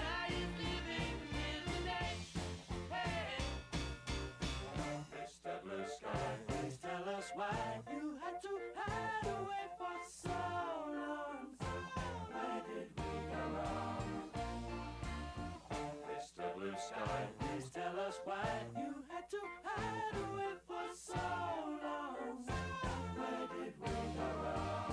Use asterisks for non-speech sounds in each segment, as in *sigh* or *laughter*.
Oh, wide awake for so long. Why did we go wrong? Mr. Blue Sky, please tell us why you had to hide away for so long. Why did we go wrong?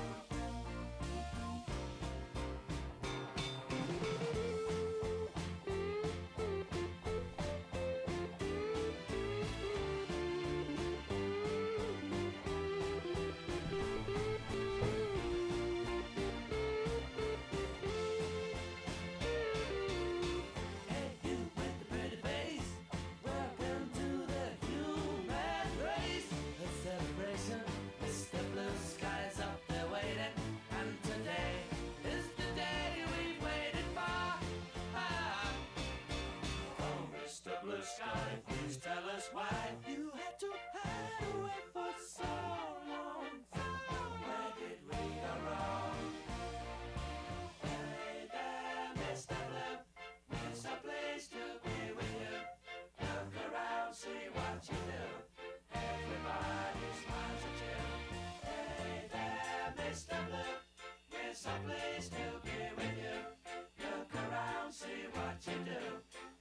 Hey, you with the pretty face. Welcome to the human race. A celebration. Mr. Blue Sky's up there waiting. And today is the day we've waited for. Ah. Oh, Mr. Blue Sky, please tell us why you had to hide away for so long. Where did we go wrong? Hey there, Mr. Blue. It's a place to be with you. Look around, see what you do. Everybody smiles at you. Hey there, Mr. Blue. It's a place to be with you. Look around, see what you do.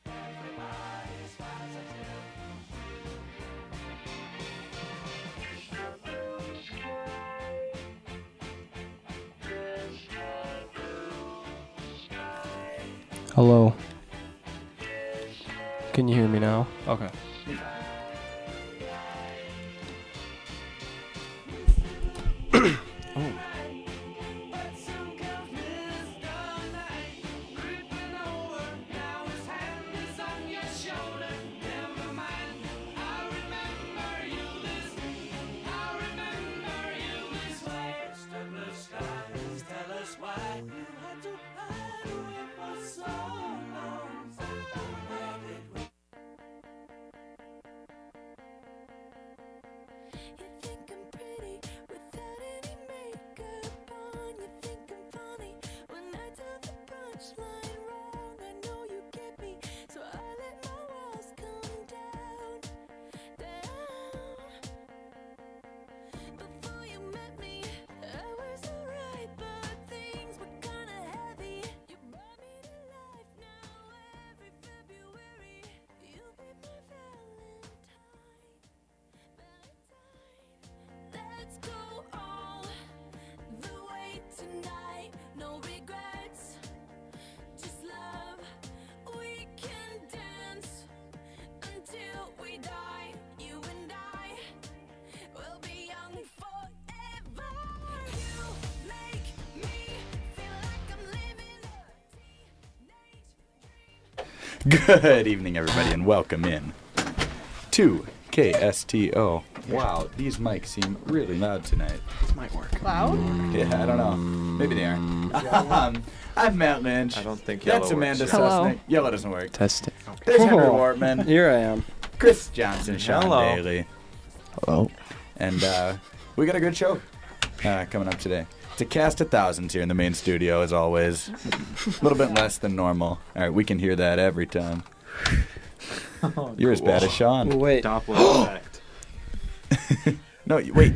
Everybody smiles at you. Hello. Can you hear me now? Okay. You think I'm pretty without any makeup on. You think I'm funny when I tell the punchline wrong. I know you get me, so I let my walls come down, down. Before you met me, I was alright, but things were kinda heavy. You brought me to life now every February. You'll be my Valentine. Let's go all the way tonight. No regrets, just love. We can dance until we die. You and I will be young forever. You make me feel like I'm living a teenage dream. Good evening, everybody, and welcome in to KSTO. Wow, these mics seem really loud tonight. Mm. This might work. Cloud? Yeah, I don't know. Maybe they aren't. Um, *laughs* I'm Matt Lynch. I don't think That's yellow Amanda works. Hello. Sussman. Yellow doesn't work. Test it. There's Henry Cool. *laughs* Wortman, Here I am. Chris Johnson, Sean Hello. Daly, Hello. and uh, we got a good show uh, coming up today. It's a cast of thousands here in the main studio, as always. A little bit less than normal. All right, we can hear that every time. You're as bad as Sean. Wait. Doppler effect. No, y- wait,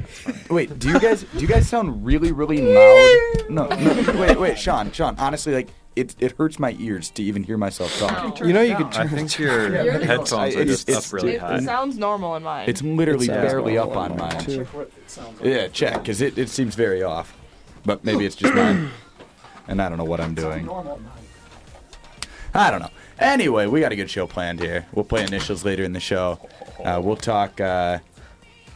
wait. Do you guys do you guys sound really really loud? No, no. Wait, wait, Sean, Sean. Honestly, like it it hurts my ears to even hear myself talk. You know you could I turn. think your You're the- headphones are It's- just it's- up really it high. sounds normal in mine. It's literally It sounds barely well up on mine, mine. too. Yeah, check, cause it it seems very off. But maybe it's just mine, and I don't know what I'm doing. I don't know. Anyway, we got a good show planned here. We'll play initials later in the show. Uh, we'll talk. Uh,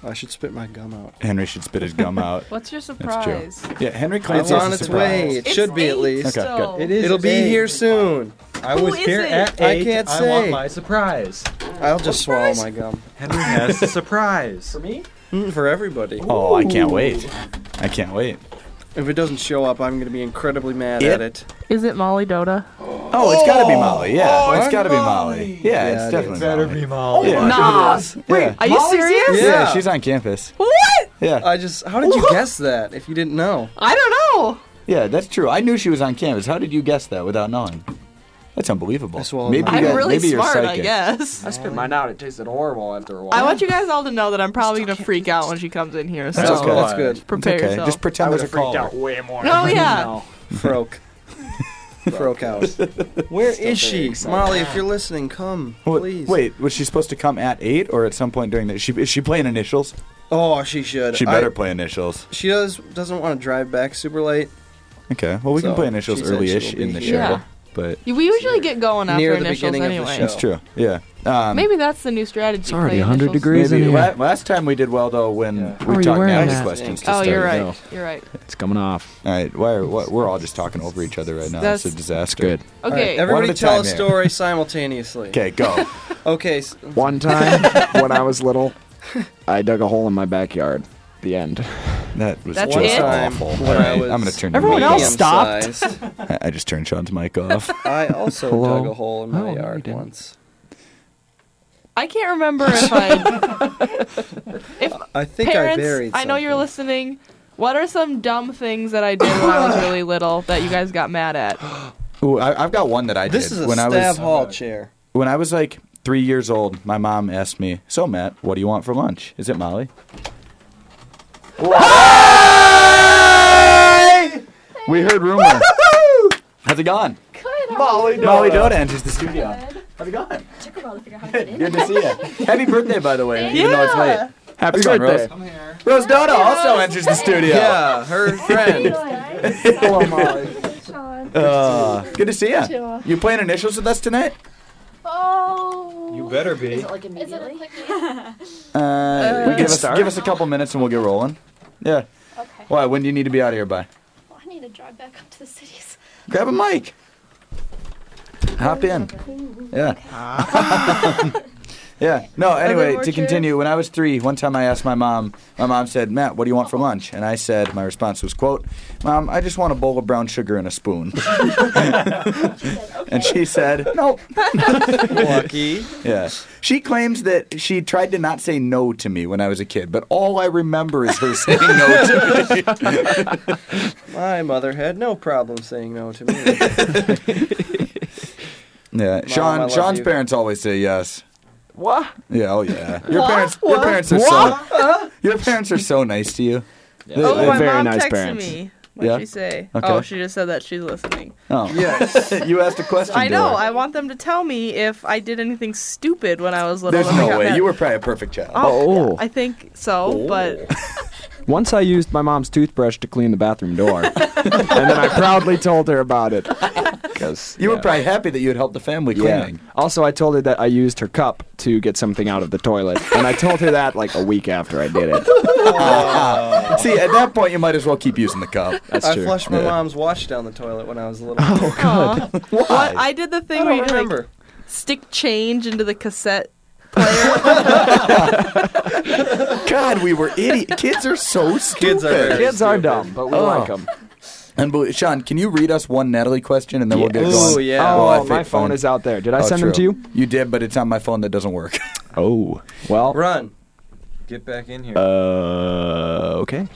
I should spit my gum out. Henry should spit his gum out. What's your That's true. surprise? Yeah, Henry It's Clancy. has on a its surprise. way. It It's should be eight at least. Okay, good. still. It is It'll be eight. here soon. I Who was is here it? at I eight. can't I say. want my surprise. I'll just swallow surprise. my gum. Henry has a surprise. For me? Mm, For everybody. Oh, I can't wait. I can't wait. If it doesn't show up, I'm going to be incredibly mad Yep. at it. Is it Molly Dota? Oh, it's gotta be Molly. Yeah. oh, it's I'm gotta be Molly. Yeah, Yeah, it's it definitely is. Better Molly. be Molly. Oh, Yeah. Nah. Wait, Are you serious? yeah. Yeah. she's on campus. What? Yeah. I just. How did you guess that if you didn't know? I don't know. Yeah, that's true. I knew she was on campus. How did you guess that without knowing? That's unbelievable. I swallowed maybe my- you I'm got- really maybe smart, you're I psychic. guess. I spit mine out. It tasted horrible after a while. I want you guys all to know that I'm probably gonna freak out when she comes in here. So That's okay. That's good. It's prepare okay. yourself. Just I pretend would there's a have freaked caller. out way more. Oh, than yeah. I know. *laughs* Froke. Froke house. Where is she? excited. Molly, if you're listening, come. Wait, Please. Wait, was she supposed to come at eight or at some point during the? She is she playing initials? Oh, she should. She I- better play initials. she does doesn't want to drive back super late. Okay. Well, we So, can play initials she said early-ish she'll be in the show, here. Yeah. but We usually get going after Near the initials beginning of the anyway. show. that's true. Yeah. Um, Maybe that's the new strategy. It's already play 100 initials. degrees. Maybe. maybe Yeah. la- last time we did well though when Yeah. How are we you talked wering nasty that? questions to Oh, start. you're right. No. You're right. It's coming off. All right, why are, why, we're all just talking over each other right now. That's- it's a disaster. Good. All right, Okay. One everybody at a tell time a here. *laughs* story simultaneously. Okay, go. Okay, s- One time when I was little, I dug a hole in my backyard. The end. That was That's just it? awful. When All I right, was- I'm gonna turn. Everyone your mic else off. stopped. Medium-sized. I- I just turned Sean's mic *laughs* off. I also Hello? dug a hole in my Oh, no, you yard didn't. once. I can't remember if I. if I think parents, I buried. know you're something. listening. What are some dumb things that I did when I was really little that you guys got mad at? Ooh, I, I've got one that I This did is a when I stab was uh, hall chair. when I was like three years old. My mom asked me, "So Matt, what do you want for lunch? Is it Molly?" Hi! We heard rumor. How's it gone? Good. Molly Doda. Molly Doda enters the studio. How's it going? Took a while to figure out how to get in. Good to see you. Happy birthday, by the way, even though it's late. Happy How's it going, birthday. Rose? Rose Doda also enters the studio. Yeah, *laughs* her friend. Hello, Molly. Uh, good to see you. Sure. You playing initials with us tonight? Oh. You better be. Is it like immediately? Uh, we give can us start. give us a couple minutes and we'll get rolling. Yeah. okay. Why? When do you need to be out of here by? Well, I need to drive back up to the cities. Grab a mic. Hop in. Yeah. *laughs* yeah. No, anyway, more to chairs? continue, when I was three, one time I asked my mom, my mom said, Matt, what do you want for lunch? And I said, my response was, quote, Mom, I just want a bowl of brown sugar and a spoon. *laughs* and she said, no. Lucky. Yeah. *laughs* She claims that she tried to not say no to me when I was a kid, but all I remember is her *laughs* saying no to me. My mother had no problem saying no *laughs* to me. *laughs* Yeah. Sean I love Sean's you. parents always say yes. What? Yeah, oh *laughs* yeah. Your parents your parents are so *laughs* Your parents are so nice to you. They- Oh, they- my very mom nice texted parents. me. What'd Yeah? she say? Okay. Oh, she just said that she's listening. oh. yes. *laughs* you asked a question. I to know. her. I want them to tell me if I did anything stupid when I was little. There's and I no got way. mad. You were Oh. probably a perfect child. Oh. I think so, *laughs* but Once I used my mom's toothbrush to clean the bathroom door, and then I proudly told her about it. 'Cause, You yeah. were probably happy that you had helped the family Yeah. cleaning. Also, I told her that I used her cup to get something out of the toilet, and I told her that like a week after I did *laughs* it. See, at that point you might as well keep using the cup. That's I true. flushed my Yeah. mom's watch down the toilet when I was *laughs* little. Aw. Why? what I did the thing I where don't you like, remember. stick change into the cassette. God, we were idiot. Kids are so stupid. Kids are very Kids are stupid. dumb, but we Oh. like 'em. like them. Unbelievable. Sean, can you read us one Natalie question and then we'll get Yes. going? Ooh, yeah. Well, I Oh, my think phone fine. is out there. Did I Oh, send them to true. you? You did, but it's on my phone that doesn't work. *laughs* Oh, well. Run. Get back in here. Uh, okay.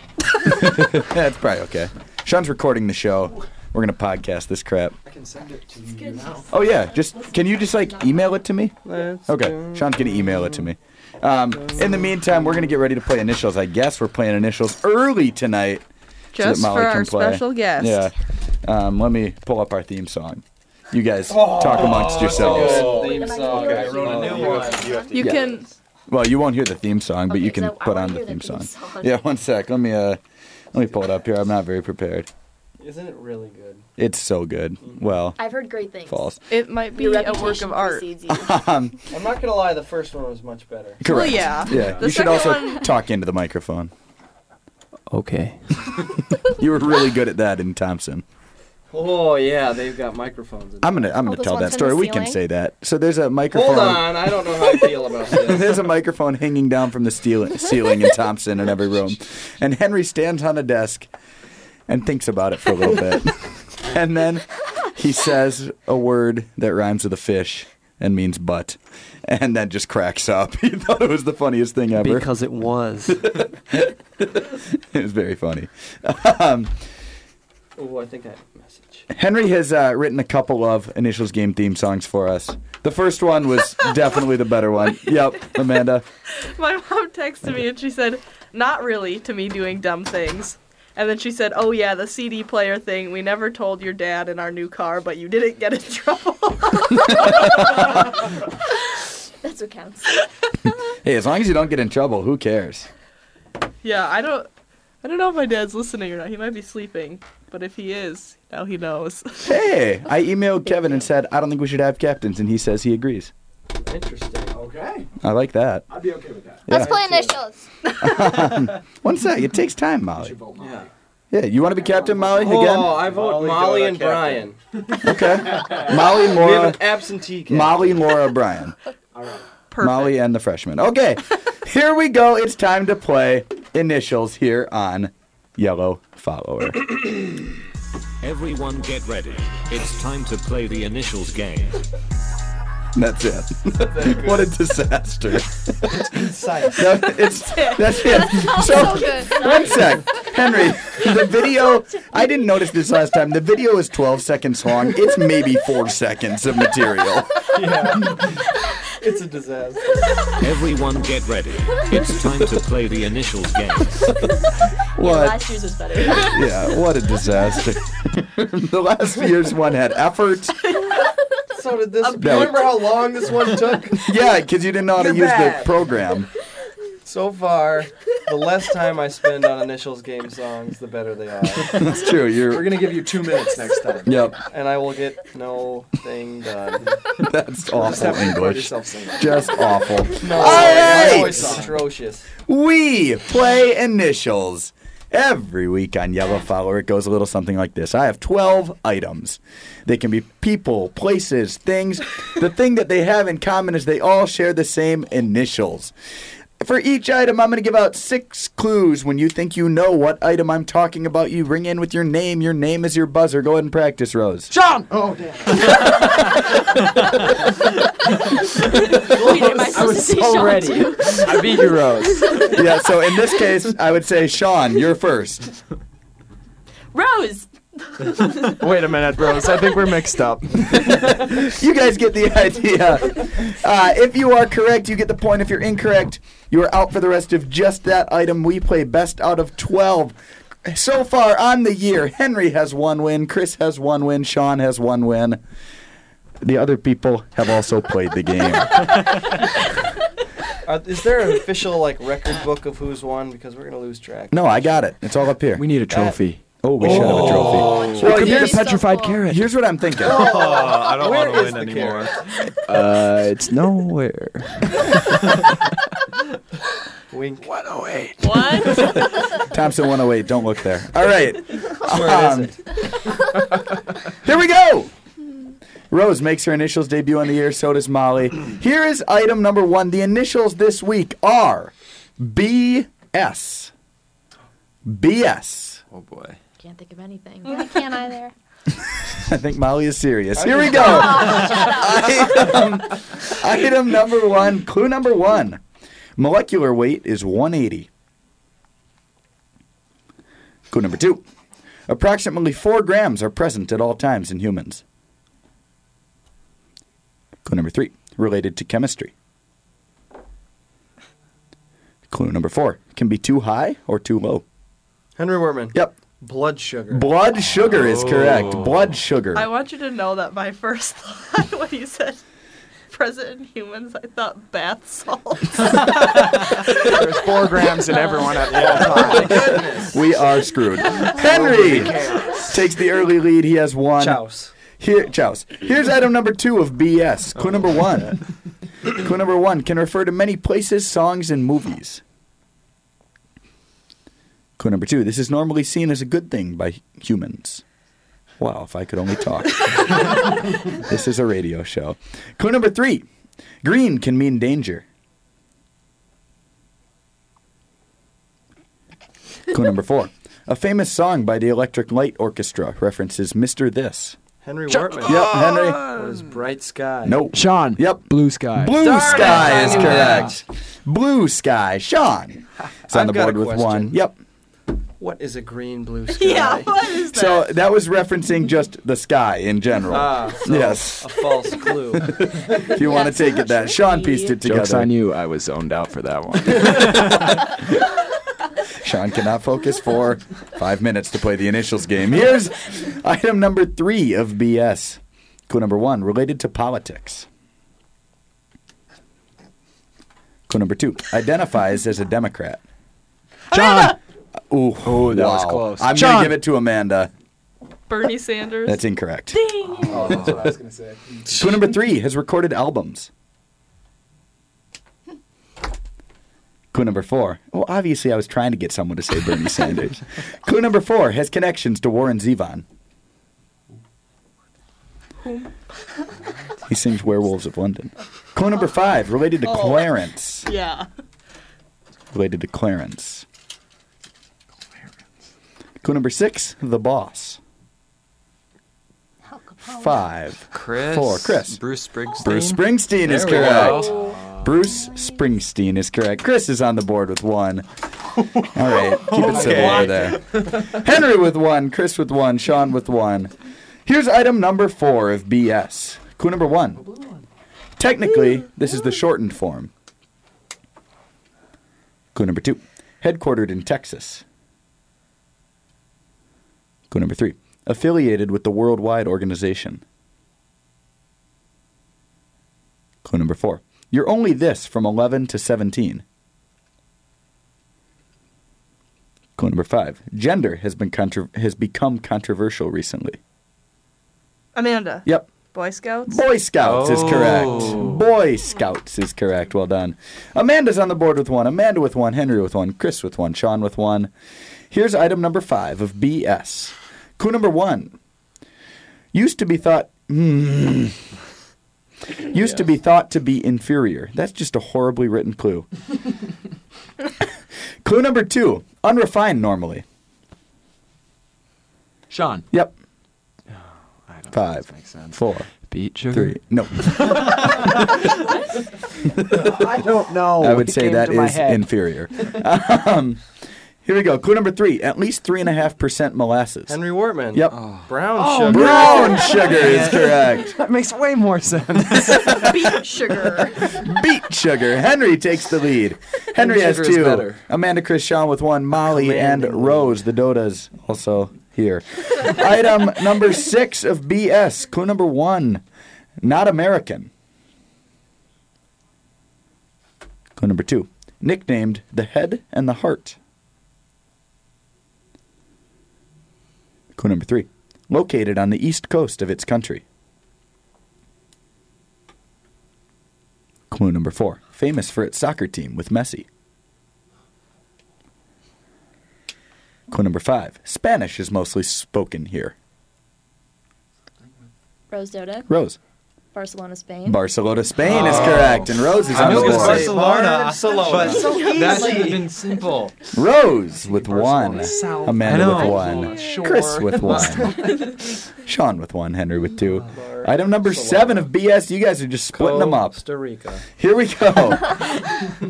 yeah, it's probably okay. Sean's recording the show. We're gonna podcast this crap. I can send it to you. Oh yeah, just can you just like email it to me? Let's Okay, do- Sean's gonna email it to me. Um, in the meantime, we're gonna get ready to play initials. I guess we're playing initials early tonight. that Just Molly for can our play. special guest. Yeah. Um, let me pull up our theme song. You guys talk Oh, amongst yourselves. Theme song. I wrote a new one. You can Well, you won't hear the theme song, but you Okay, can so I put wanna on the hear the theme, theme song. song. Yeah, one sec. Let me uh, let me pull it up here. I'm not very prepared. Isn't it really good? It's so good. Well, I've heard great things. false. *laughs* it might be Your a reputation work of art. precedes you. Um, I'm not gonna lie. The first one was much better. correct. Well, yeah. Yeah, The you should second also one- talk into the microphone. Okay. You were really good at that in Thompson. Oh yeah, they've got microphones. In I'm gonna I'm Oh, gonna those tell ones that in story. the We can ceiling? say that. So there's a microphone. Hold on, I don't know how I feel about this. *laughs* There's a microphone hanging down from the steel- ceiling in Thompson in every room, and Henry stands on a desk and thinks about it for a little bit, and then he says a word that rhymes with a fish and means butt, and then just cracks up. *laughs* He thought it was the funniest thing ever. *laughs* Because it was. it was very funny. Oh, I think I have a message. Henry has uh, written a couple of initials game theme songs for us. The first one was definitely the better one. Yep, Amanda. *laughs* My mom texted me and she said, "Not really" to me doing dumb things. And then she said, "Oh yeah, the CD player thing. We never told your dad in our new car, but you didn't get in *laughs* trouble." *laughs* That's what counts. Hey, as long as you don't get in trouble, who cares? yeah, I don't I don't know if my dad's listening or not. He might be sleeping, but if he is, now he knows. Hey, I emailed Kevin and said I don't think we should have captains, and he says he agrees. Interesting. Okay. I like that. I'd be okay with that. Let's Let's Yeah. play initials. One sec, it takes time, You Molly. should vote Molly. Yeah. Yeah, you want to be captain, Molly? Oh, Again? I vote Molly Molly, Dota and captain. Uh, Brian. Okay. *laughs* Molly, We have an Laura, absentee captain. Molly, Laura, Brian. All right. Perfect. Molly and the freshman. Okay, here we go. It's time to play initials here on Yellow Follower. *clears throat* Everyone get ready. It's time to play the initials game. That's it. *laughs* what a disaster. Concise. No, it's, that's it. So, So good. one sec. Henry, the video, I didn't notice this last time. The video is 12 seconds long. It's maybe four seconds of material. It's a disaster. Everyone get ready. It's time to play the initials game. What? Last year's was better. Yeah, what a disaster. *laughs* the last year's one had effort. *laughs* So did this. No. Remember how long this *laughs* one took? Yeah, because you didn't know how to You're use bad. the program. So far, the less time I spend on initials game songs, the better they are. That's true. *laughs* You're We're gonna give you two minutes next time. Yep, And I will get no thing *laughs* done. that's Just have awful to record English. yourself singing. Just awful. No, All my right. voice is atrocious. We play initials. Every week on Yellow Follower, it goes a little something like this. I have 12 items. They can be people, places, things. the thing that they have in common is they all share the same initials. For each item, I'm going to give out six clues. When you think you know what item I'm talking about, you ring in with your name. Your name is your buzzer. Go ahead and practice, Rose. John. Oh damn. Wait, *laughs* am I supposed to say Sean too? I beat you, *laughs* Rose. yeah, so in this case, I would say, Sean, you're first. Rose. Wait a minute, Rose. I think we're mixed up. You guys get the idea. Uh, if you are correct, you get the point. If you're incorrect, you are out for the rest of just that item. We play best out of 12. So far on the year, Henry has one win, Chris has one win, Sean has one win. The other people have also played the game. Are, Uh, is there an official like record book of who's won? Because we're gonna lose track. *laughs* No, I got it. It's all up here. We need a trophy. oh, we should have a trophy. It Well, here's, so cool. here's what I'm *laughs* *laughs* thinking. I don't Where want to is win the anymore. Uh, it's nowhere. Wink. What? Thompson 108. Don't look there. All right. Um, here we go. Rose makes her initials debut on the year. So does Molly. Here is item number one. The initials this week are BS. BS. Oh boy. Can't think of anything. I can't either. I think Molly is serious. Here we go. *laughs* item, item number one. Clue number one. Molecular weight is 180. Clue number two. Approximately four grams are present at all times in humans. Clue number three. Related to chemistry. Clue number four. Can be too high or too low. Henry Werman. Yep. Blood sugar. Blood sugar is correct. Oh. Blood sugar. I want you to know that my first *laughs* thought when you said present in humans, I thought bath salts. There's four grams in everyone at all times. We are screwed. Henry takes the early lead. He has one. Chouse. Here, Chouse. Here's item number two of BS. Clue number one. Clue number one can refer to many places, songs, and movies. Clue number two. This is normally seen as a good thing by humans. Wow, if I could only talk. *laughs* this is a radio show. Clue number three. Green can mean danger. Clue number four. A famous song by the Electric Light Orchestra references Mr. This. Henry Werman. Yep, Henry. What is bright sky? No. Uh, Sean. Yep. Blue sky. Blue Darn it, Sky I is knew correct. Blue Sky. Sean is on I've the got board a with question. one. Yep. What is a green *laughs* blue sky? Yeah, *laughs* what is that? So that was referencing just the sky in general. Ah, so yes, a false clue. if you want to Yes. take it that. Sean pieced it Jokes together. on you. I was zoned out for that one. Sean cannot focus *laughs* for *laughs* five minutes to play the initials game. Here's item number three of BS. Clue number one related to politics. Clue number two identifies as a Democrat. John. Ooh, Oh, that was wow. close. I'm John. gonna give it to Amanda. Bernie Sanders. That's incorrect. Oh, that's what I was gonna *laughs* say. Clue number three has recorded albums. Clue number four. Well, obviously, I was trying to get someone to say Bernie Sanders. Clue number four has connections to Warren Zevon. He sings Werewolves of London. Clue number five, related to Clarence. yeah. Related to Clarence. Clue number six, The Boss. Five. *laughs* Chris. Four, Chris. Bruce Springsteen. Bruce Springsteen is There we go. correct. Bruce Springsteen is correct. Chris is on the board with one. All right, keep Oh, it civil over there. Henry with one, Chris with one, Sean with one. Here's item number four of BS. Clue number one. Technically, this is the shortened form. Clue number two. Headquartered in Texas. Clue number three. Affiliated with the Worldwide Organization. Clue number four. You're only this from 11 to 17. Clue number five. Gender has been contro- has become controversial recently. Amanda. Yep. Boy Scouts. Boy Scouts is Oh. correct. Boy Scouts is correct. Well done. Amanda's on the board with one. Amanda with one. Henry with one. Chris with one. Sean with one. Here's item number five of BS. Clue number one. Used to be thought. Hmm. used to be thought to be inferior. That's just a horribly written clue. clue number two. Unrefined normally. Sean. Oh, Yep. I don't know if Five. this Makes sense. Four. Beat sugar. Three. *laughs* No. I don't know. I would say that is inferior. um, here we go. Clue number three: at least three and a half percent molasses. Henry Wortman. Yep. Oh. Oh, Brown sugar. Brown sugar is correct. that makes way more sense. Beet sugar. Beet sugar. Henry takes the lead. Henry has Sugar is two. better. Amanda, Chris, Sean with one. Molly and Commanding Rose, the Dodas, also here. Item number six of BS. Clue number one: not American. Clue number two: nicknamed the head and the heart. Clue number three, located on the east coast of its country. Clue number four, famous for its soccer team with Messi. Clue number five, Spanish is mostly spoken here. Rose Doda, Rose, Barcelona, Spain. Barcelona, Spain is correct, and Rose is I on knew the it was board. Barcelona, Barcelona. but So that should have been simple. Rose with one, Amanda I with know. one, *laughs* Chris with one, Sean with one, Henry with two. Item number seven of BS. You guys are just splitting them up. Costa Rica. Here we go.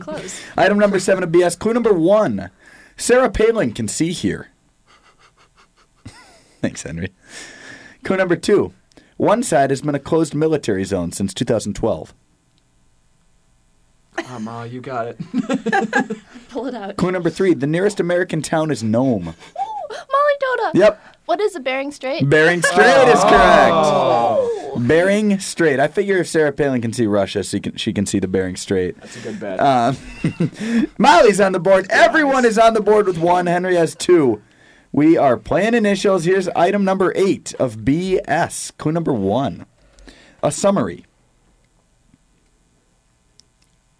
Close. Item number seven of BS. Clue number one. Sarah Palin can see here. *laughs* Thanks, Henry. Clue number two. One side has been a closed military zone since 2012. Ah, Ma, you got it. Pull it out. Clue number three. The nearest American town is Nome. Molly Doda. Yep. What is a Bering Strait? Bering Strait is Oh. correct. Bering Strait. I figure if Sarah Palin can see Russia, she can, she can see the Bering Strait. It's a good bet. Um, *laughs* Molly's on the board. Everyone is on the board with one. Henry has two. We are playing initials. Here's item number eight of BS. Clue number one a summary.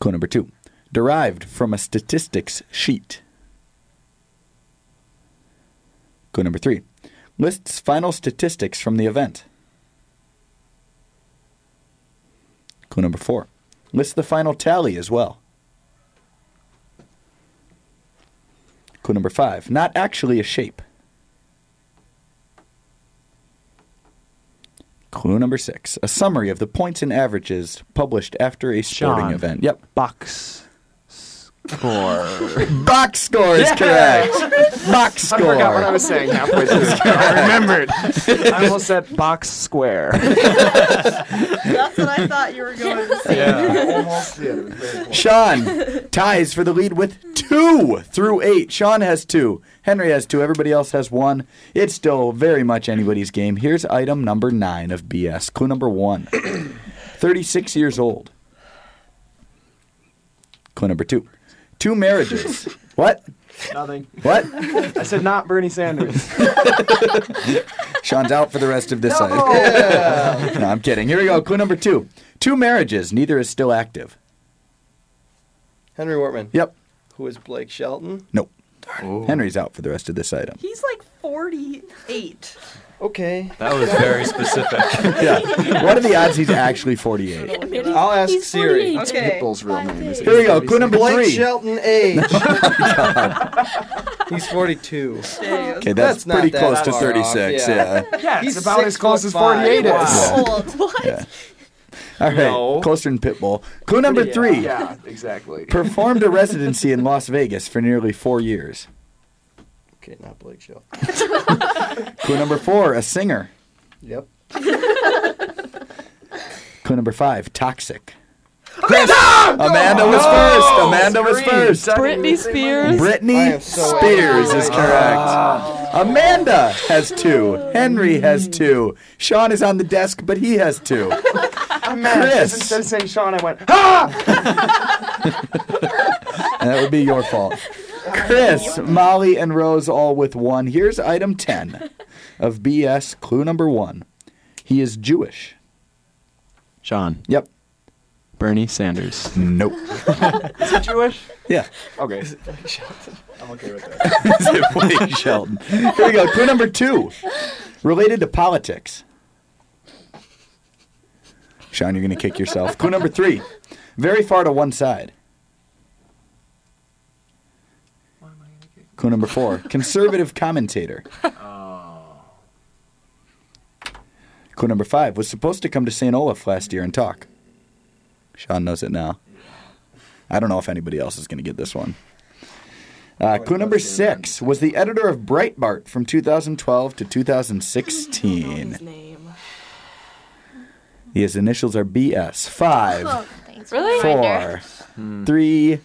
Clue number two derived from a statistics sheet. Clue number three lists final statistics from the event. Clue number four lists the final tally as well. Clue number five, not actually a shape. Clue number six, a summary of the points and averages published after a sporting Sean. event. Yep. Box. Four. Box score is *laughs* correct. Box I score. forgot what I was saying halfway through. *laughs* I remembered. I almost said box *laughs* square. That's what I thought you were going to say. Almost did. It was very close. Sean ties for the lead with two through eight. Sean has two. Henry has two. Everybody else has one. It's still very much anybody's game. Here's item number nine of BS. Clue number one 36 years old. Clue number two. Two marriages. what? Nothing. What? I said not Bernie Sanders. Sean's out for the rest of this item. no, I'm kidding. Here we go. Clue number two. Two marriages. Neither is still active. Henry Wortman. Yep. Who is Blake Shelton? Nope. Henry's out for the rest of this item. He's like 48. Okay. That was very *laughs* specific. yeah. What are the odds he's actually 48? I'll ask Siri. Okay. Pitbull's real name is. Here we go. Clue number Blake three. Oh Shelton *laughs* age. *laughs* He's 42. Dang. Okay, that's, That's not pretty that close to far 36. off, yeah. yeah. *laughs* Yeah, He's it's about six as close foot as 48 five. is. Old. What? All right. No. Closer than Pitbull. Clue number three. Yeah, exactly. Performed a residency in Las Vegas for nearly four years. Okay, not Blake Shelton. Clue number four. A singer. Yep. Clue number five. Toxic. Amanda was first. Amanda was first. Britney Spears. I Britney am so Spears angry. is correct. Ah. Amanda has two. Henry has two. Sean is on the desk, but he has two. Chris. Instead of saying Sean, I went, And that would be your fault. Chris, Molly, and Rose all with one. Here's item 10 of BS clue number one. He is Jewish. Sean. Yep. Bernie Sanders. Nope. *laughs* Jewish? Yeah. Okay. I'm okay with that. Is it Blake Shelton? Here we go. Clue number two related to politics. Sean, you're going to kick yourself. Clue number three very far to one side. Clue number four conservative commentator. Clue number five was supposed to come to St. Olaf last year and talk. Sean knows it now. I don't know if anybody else is going to get this one. Uh, clue number six was the editor of Breitbart from 2012 to 2016. His name. His initials are BS. Five, Really? four, three,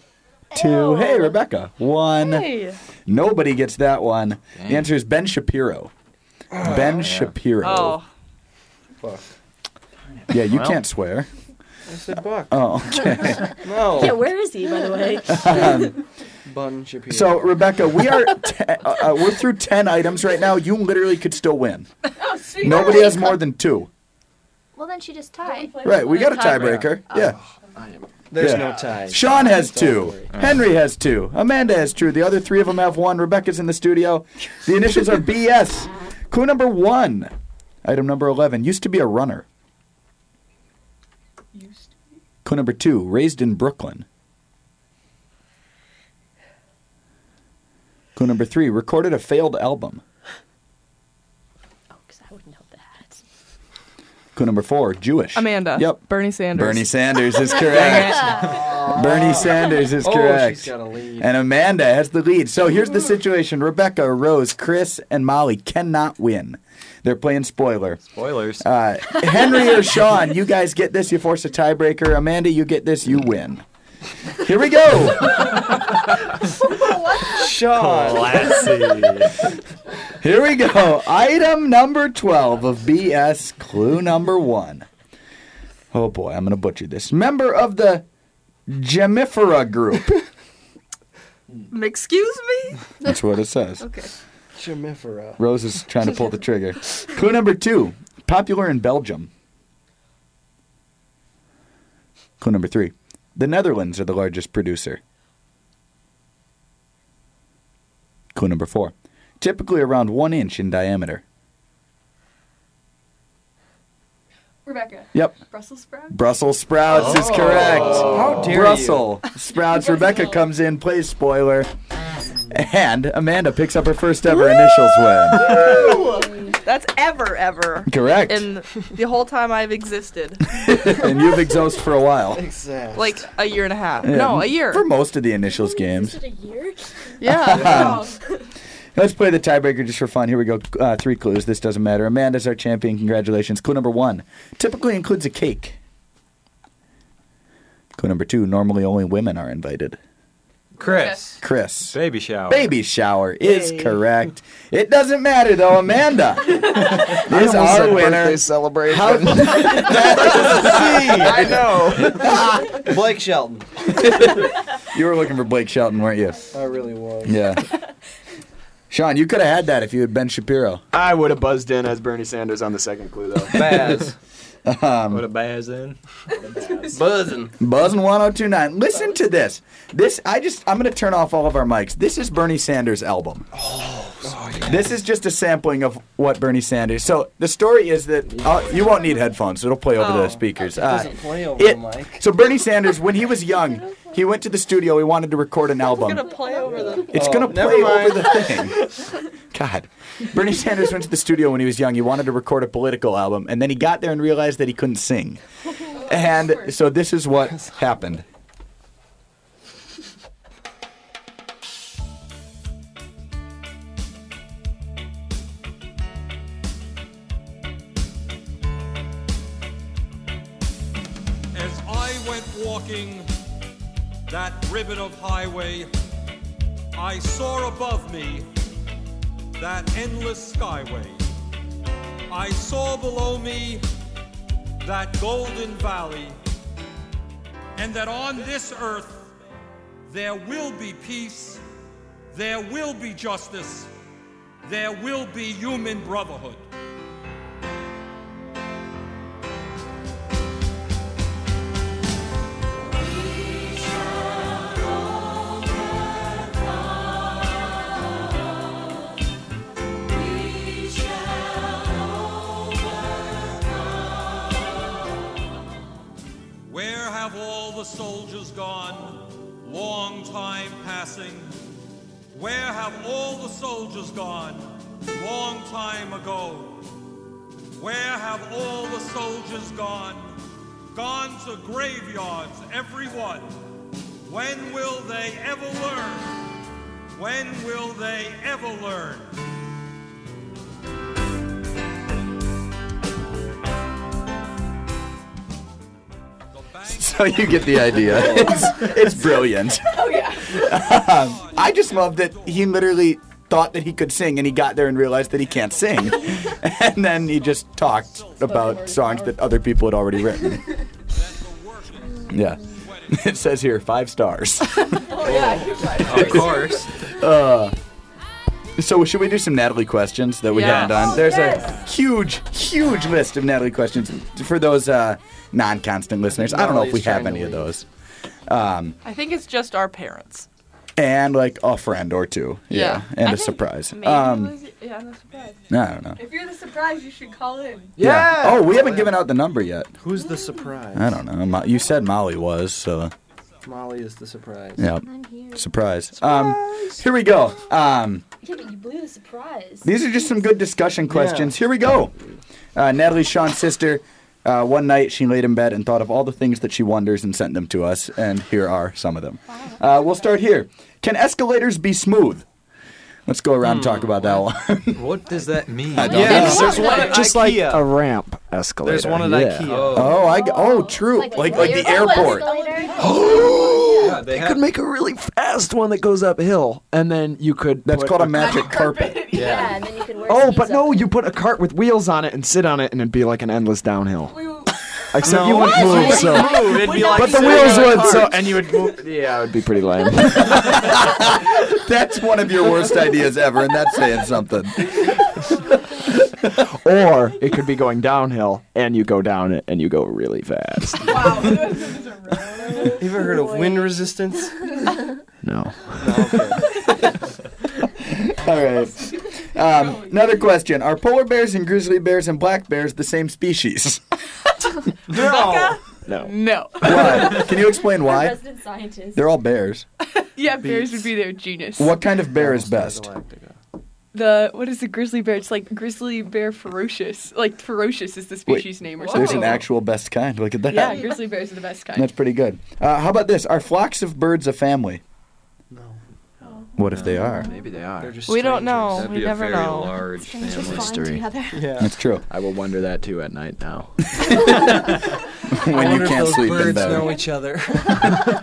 two. Hey, Rebecca. One. Hey. Nobody gets that one. The answer is Ben Shapiro. ben Shapiro. Oh. Fuck. Yeah, you can't swear. I said Buck. Oh, okay. No. Yeah, where is he, by the way? Bun Shapiro. So Rebecca, we are te- uh, uh, we're through ten items right now. You literally could still win. Nobody has more than two. Well, then she just tied. Right, we got a tiebreaker. Yeah. There's yeah. no tie. Sean has two. Sorry. Henry has two. Amanda has two. The other three of them have one. Rebecca's in the studio. The initials are BS. Clue number one, item number 11, used to be a runner. Clue number two, raised in Brooklyn. Clue number three, recorded a failed album. Oh, because I would know that. Clue number four, Jewish. Amanda. Yep. Bernie Sanders. Bernie *laughs* Sanders is correct. Bernie Sanders is Oh, correct. she's got a lead. And Amanda has the lead. So here's the situation Rebecca, Rose, Chris, and Molly cannot win. They're playing spoiler. Spoilers. Uh, Henry or Sean, you guys get this, you force a tiebreaker. Amanda, you get this, you win. Here we go. Sean. Classy. Here we go. Item number 12 of BS clue number one. Oh boy, I'm going to butcher this. Member of the Gemifera group. *laughs* Excuse me? That's what it says. Okay. Jamifera. Rose is trying to pull the trigger. Clue number two popular in Belgium. Clue number three the Netherlands are the largest producer. Clue number four typically around one inch in diameter. Rebecca. Yep, Brussels sprout. Brussels sprouts is correct. Oh. How dare Brussels sprouts. Rebecca comes in, plays spoiler. And Amanda picks up her first ever initials win. That's ever, ever. Correct. In the whole time I've existed. *laughs* and you've exhaust for a while. Exactly. Like a year and a half. Yeah, No, a year. For most of the initials games. a year? Yeah. Wow. Let's play the tiebreaker just for fun. Here we go. Uh, three clues. This doesn't matter. Amanda's our champion. Congratulations. Clue number one typically includes a cake. Clue number two normally only women are invited. Chris. Chris. Baby shower. Baby shower is correct. It doesn't matter though, *laughs* Amanda is our winner. Celebration. How- I know. Blake Shelton. you were looking for Blake Shelton, weren't you? I really was. *laughs* Yeah. Sean, you could have had that if you had Ben Shapiro. I would have buzzed in as Bernie Sanders on the second clue, though. *laughs* Baz. Um, What a Baz then. Buzzing. Buzzing 1029. Listen to this. This I just I'm gonna turn off all of our mics. This is Bernie Sanders' album. This is just a sampling of what Bernie Sanders. So the story is that uh, you won't need headphones. It'll play over the speakers. It Uh, doesn't play over it- the mic. so Bernie Sanders, when he was young, he went to the studio. He wanted to record an album. play over the. It's gonna play over the thing. God, Bernie Sanders went to the studio when he was young. He wanted to record a political album, and then he got there and realized that he couldn't sing. And so this is what happened. As I went walking that ribbon of highway, I saw above me that endless skyway. I saw below me that golden valley, and that on this earth there will be peace, there will be justice, there will be human brotherhood. Where have all the soldiers gone? Long time passing. Where have all the soldiers gone? Long time ago. Where have all the soldiers gone? Gone to graveyards, everyone. When will they ever learn? When will they ever learn? *laughs* So you get the idea. It's, it's brilliant. *laughs* Oh, yeah. Um, I just love that he literally thought that he could sing, and he got there and realized that he can't sing, *laughs* and then he just talked about songs that other people had already written. Yeah, *laughs* it says here five stars. *laughs* Oh, yeah. you're right. Uh, so should we do some Natalie questions that we Yeah. haven't done? Oh, There's a yes. huge, huge list of Natalie questions for those uh, non-constant listeners. I don't know if we Natalie's have trying to any of those. Um, I think it's just our parents. and like a friend or two. Yeah. and I a think surprise. maybe Um, Was it- yeah, I'm not surprised. I don't know. If you're the surprise, you should call in. Oh, we haven't given out the number yet. Who's the surprise? I don't know. Mo- You said Molly was so. Molly is the surprise. Yeah. Surprise. Um, here we go. Um, Yeah, but you blew the surprise. These are just some good discussion questions. Here we go. Uh, Natalie, Sean's sister. Uh, one night, she laid in bed and thought of all the things that she wonders and sent them to us. And here are some of them. Uh, we'll start here. Can escalators be smooth? Let's go around and Hmm. talk about that one. What does that mean? I don't Yes, know. there's one at Just like a ramp escalator. There's one at IKEA. Oh, I g- oh, true. *gasps* *laughs* Like like, the airport. Oh, they they could make a really fast one that goes uphill, and then you could. That's called a magic carpet. Yeah. and then you can wear Oh, skis but no, up. you put a cart with wheels on it and sit on it, and it'd be like an endless downhill. Except No. you wouldn't What? You move, wouldn't so. move. It'd be like but the sitting wheels on a would, so cart. and you would move. Yeah, it would be pretty lame. That's one of your worst ideas ever, and that's saying something. *laughs* or it could be going downhill, and you go down it, and you go really fast. You ever heard of wind resistance? No. All right. Um, another question: Are polar bears and grizzly bears and black bears the same species? No. *laughs* No. No. *laughs* Why? Can you explain why? resident *laughs* scientist. They're all bears. yeah, bears would be their genus. What kind of bear is best? the what is the grizzly bear? It's like grizzly bear ferocious. Like ferocious is the species name or so something. There's an actual best kind. Look at that. Yeah, grizzly bears are the best kind. That's pretty good. Uh, how about this? Are flocks of birds a family? No. What if they are? Maybe they are. We don't know. That'd we be a never very know. large Strangers family. find Mystery. together. That's true. I will wonder that too at night now. *laughs* When I you wonder if can't those sleep in birds bed. know each other. *laughs*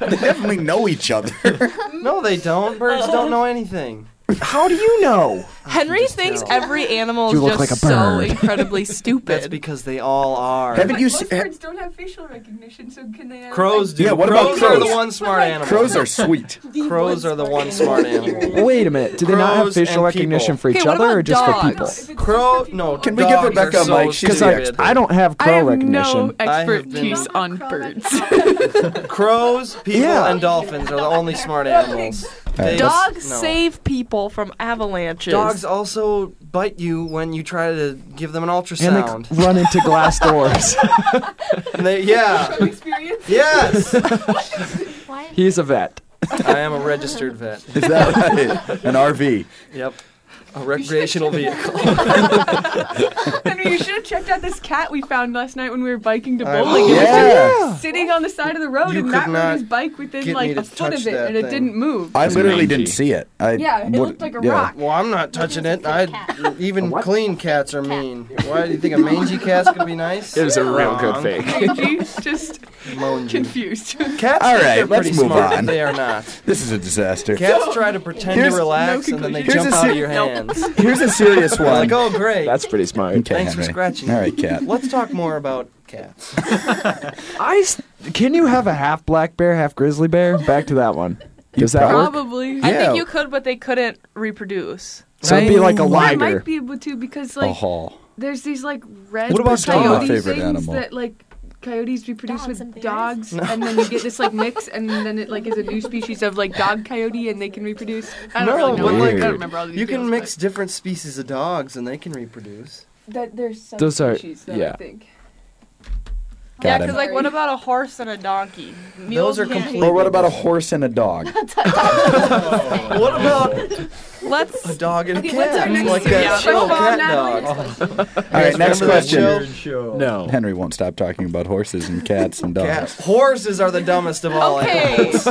they definitely know each other. *laughs* no, they don't. Birds *laughs* don't know anything. How do you know? Henry thinks every animal You is look just like a so bird. incredibly stupid. That's because they all are. *laughs* Haven't you Most seen? birds don't have facial recognition, so can they? Crows do. Yeah, what crows about are crows? the one smart animal. Crows are sweet. Crows are the one smart animal. Wait a minute. Do they not have Crows facial and people. recognition for each Okay, what other or about just dogs? for *laughs* people? Crow? No. Can we give dogs Rebecca are a so mic? She's Because I, stupid. I don't have crow I have recognition. no expertise on birds. *laughs* Crows, people, Yeah. and dolphins are the only smart animals. They- Dogs no. save people from avalanches. Dogs also bite you when you try to give them an And ultrasound. they run into glass doors. *laughs* And they, yeah. *laughs* Yes. He's a vet. I am a registered vet. Is that right? An RV. Yep. A recreational vehicle. Henry, you should have checked out this cat we found last night when we were biking to I- bowling. It was Yeah. just Sitting on the side of the road, You and could Matt rode not his bike within get me like to a foot touch of it, that and it thing. didn't move. I literally didn't see it. I, Yeah, it what- looked like a yeah. rock. Well, I'm not touching it. I even clean cats are mean. Why do you think a mangy cat's gonna be nice? It was a real good Wrong. fake. Angie's just Moan you. confused. Cats All think right, they're let's pretty move smart, but on. They are not. This is a disaster. Cats try to pretend Here's- to relax and then they Here's jump a out of se- your hands. Here's a serious one. *laughs* Like, oh great. That's pretty smart. Okay, Thanks Henry. for scratching. All right, cat. Let's talk more about cats. I s- can you have a half black bear, half grizzly bear? Back to that one. Does that work? Probably. I Yeah. think you could, but they couldn't reproduce. So it'd be like a I liger. might be able to because like haul. there's these like red What about dogs? coyote My things favorite animal. that like coyotes reproduce with dogs, and then you get this like mix, and then it like is a new species of like dog coyote, and they can reproduce. I don't really know. but like, like, I don't remember all the you can details, mix different species of dogs and they can reproduce. but That there's some Those are- species, though, yeah. I *laughs* think. yeah, Got him. because like, what about a horse and a donkey? Mules are can't complete- Or what about a horse and a dog? *laughs* What about *laughs* Let's. *laughs* *laughs* a dog and a Okay, cat? what's our next like Yeah, that chill come on, cat Natalie, dog. All right, next Remember that question. show? No. Henry won't stop talking about horses and cats and dogs. Cat- *laughs* Horses are the dumbest of all Okay. animals.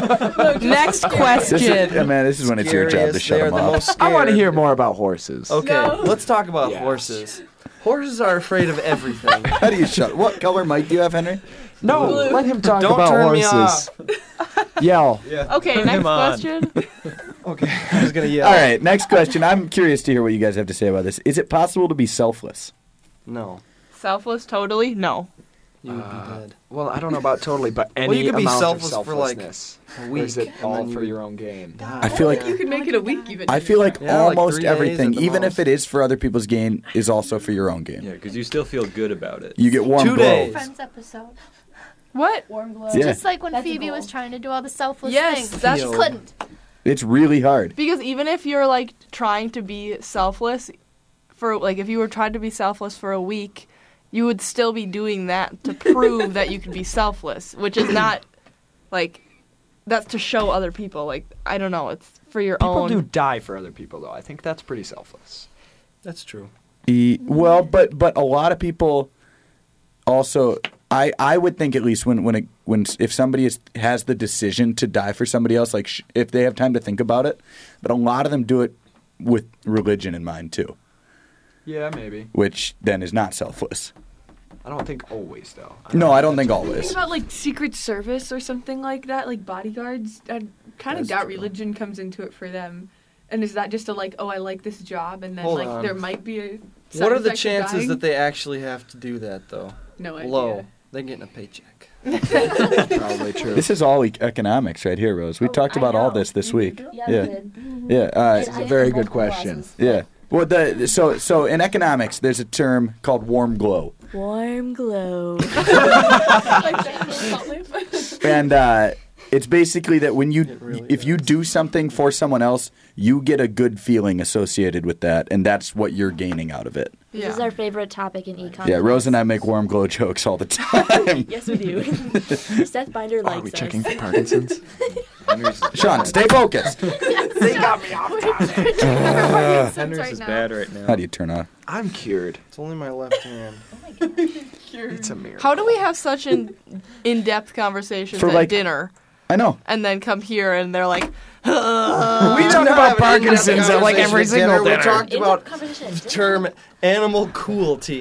Next This is, question. yeah, man, this is when *laughs* it's your job to Scariest, shut they're him the up. most I want to scared. hear more about horses. Okay, let's talk about horses. Horses are afraid of *laughs* everything. *laughs* How do you shut? What color mic do you have, Henry? No, Blue. let him talk Don't about turn me horses. Yell. Okay, next question. I'm just gonna yell. All right, next question. I'm curious to hear what you guys have to say about this. Is it possible to be selfless? No, Selfless, totally? No. you would be dead. Well, I don't know about totally, but any Well, you could be amount of selfless for, like, selflessness. a Or is week, it and all then you for would your own gain? Uh, I feel like You could make it a week even. I feel like Yeah, like almost three days everything, at the even if most. it is for other people's gain, is also for your own gain. Yeah, because you still feel good about it. You get warm Two glow. days. Friends episode. What? Warm glow. Yeah. Just like when That's a Phoebe was goal. trying to do all the selfless Yes, things. that's- she couldn't. It's really hard. Because even if you're like trying to be selfless for like if you were trying to be selfless for a week, you would still be doing that *laughs* to prove that you could be selfless, which is not like that's to show other people like I don't know, it's for your People own do die for other people, though. I think that's pretty selfless. That's true. E- well, but but a lot of people also I I would think at least when when it, when if somebody is, has the decision to die for somebody else like sh- if they have time to think about it, but a lot of them do it with religion in mind too, Yeah, maybe. which then is not selfless. I don't think always, though. No, I don't think Think always. about like Secret Service or something like that, like bodyguards. I kind of That's doubt true. religion comes into it for them. And is that just a like, oh, I like this job, and then Hold like on. there might be a. side what are the effect of chances dying? that they actually have to do that though? No idea. Low. They're getting *laughs* a paycheck. *laughs* Probably true. This is all e- economics right here, Rose. Oh, We talked about all this Mm-hmm. this week. yeah, yeah. Uh, It's a very good question. Yeah. Well, the so so in economics, there's a term called warm glow, Warm glow. and uh, it's basically that when you if you do something for someone else, you get a good feeling associated with that, and that's what you're gaining out of it. This is our favorite topic in econ. Yeah, Rose and I make warm glow *laughs* jokes all the time. *laughs* yes, we do. Seth Binder likes Are we us. checking for Parkinson's? Sean, stay *laughs* focused. they got me off *laughs* topic. Uh, Henry's right is now. bad right now. How do you turn off? I'm cured. It's only my left *laughs* hand. Oh it's a miracle. How do we have such an in-depth conversations For at like- dinner I know. and then come here and they're like, Uh, Um, We we talk about Parkinson's at like every single dinner. We talked about the term animal cruelty.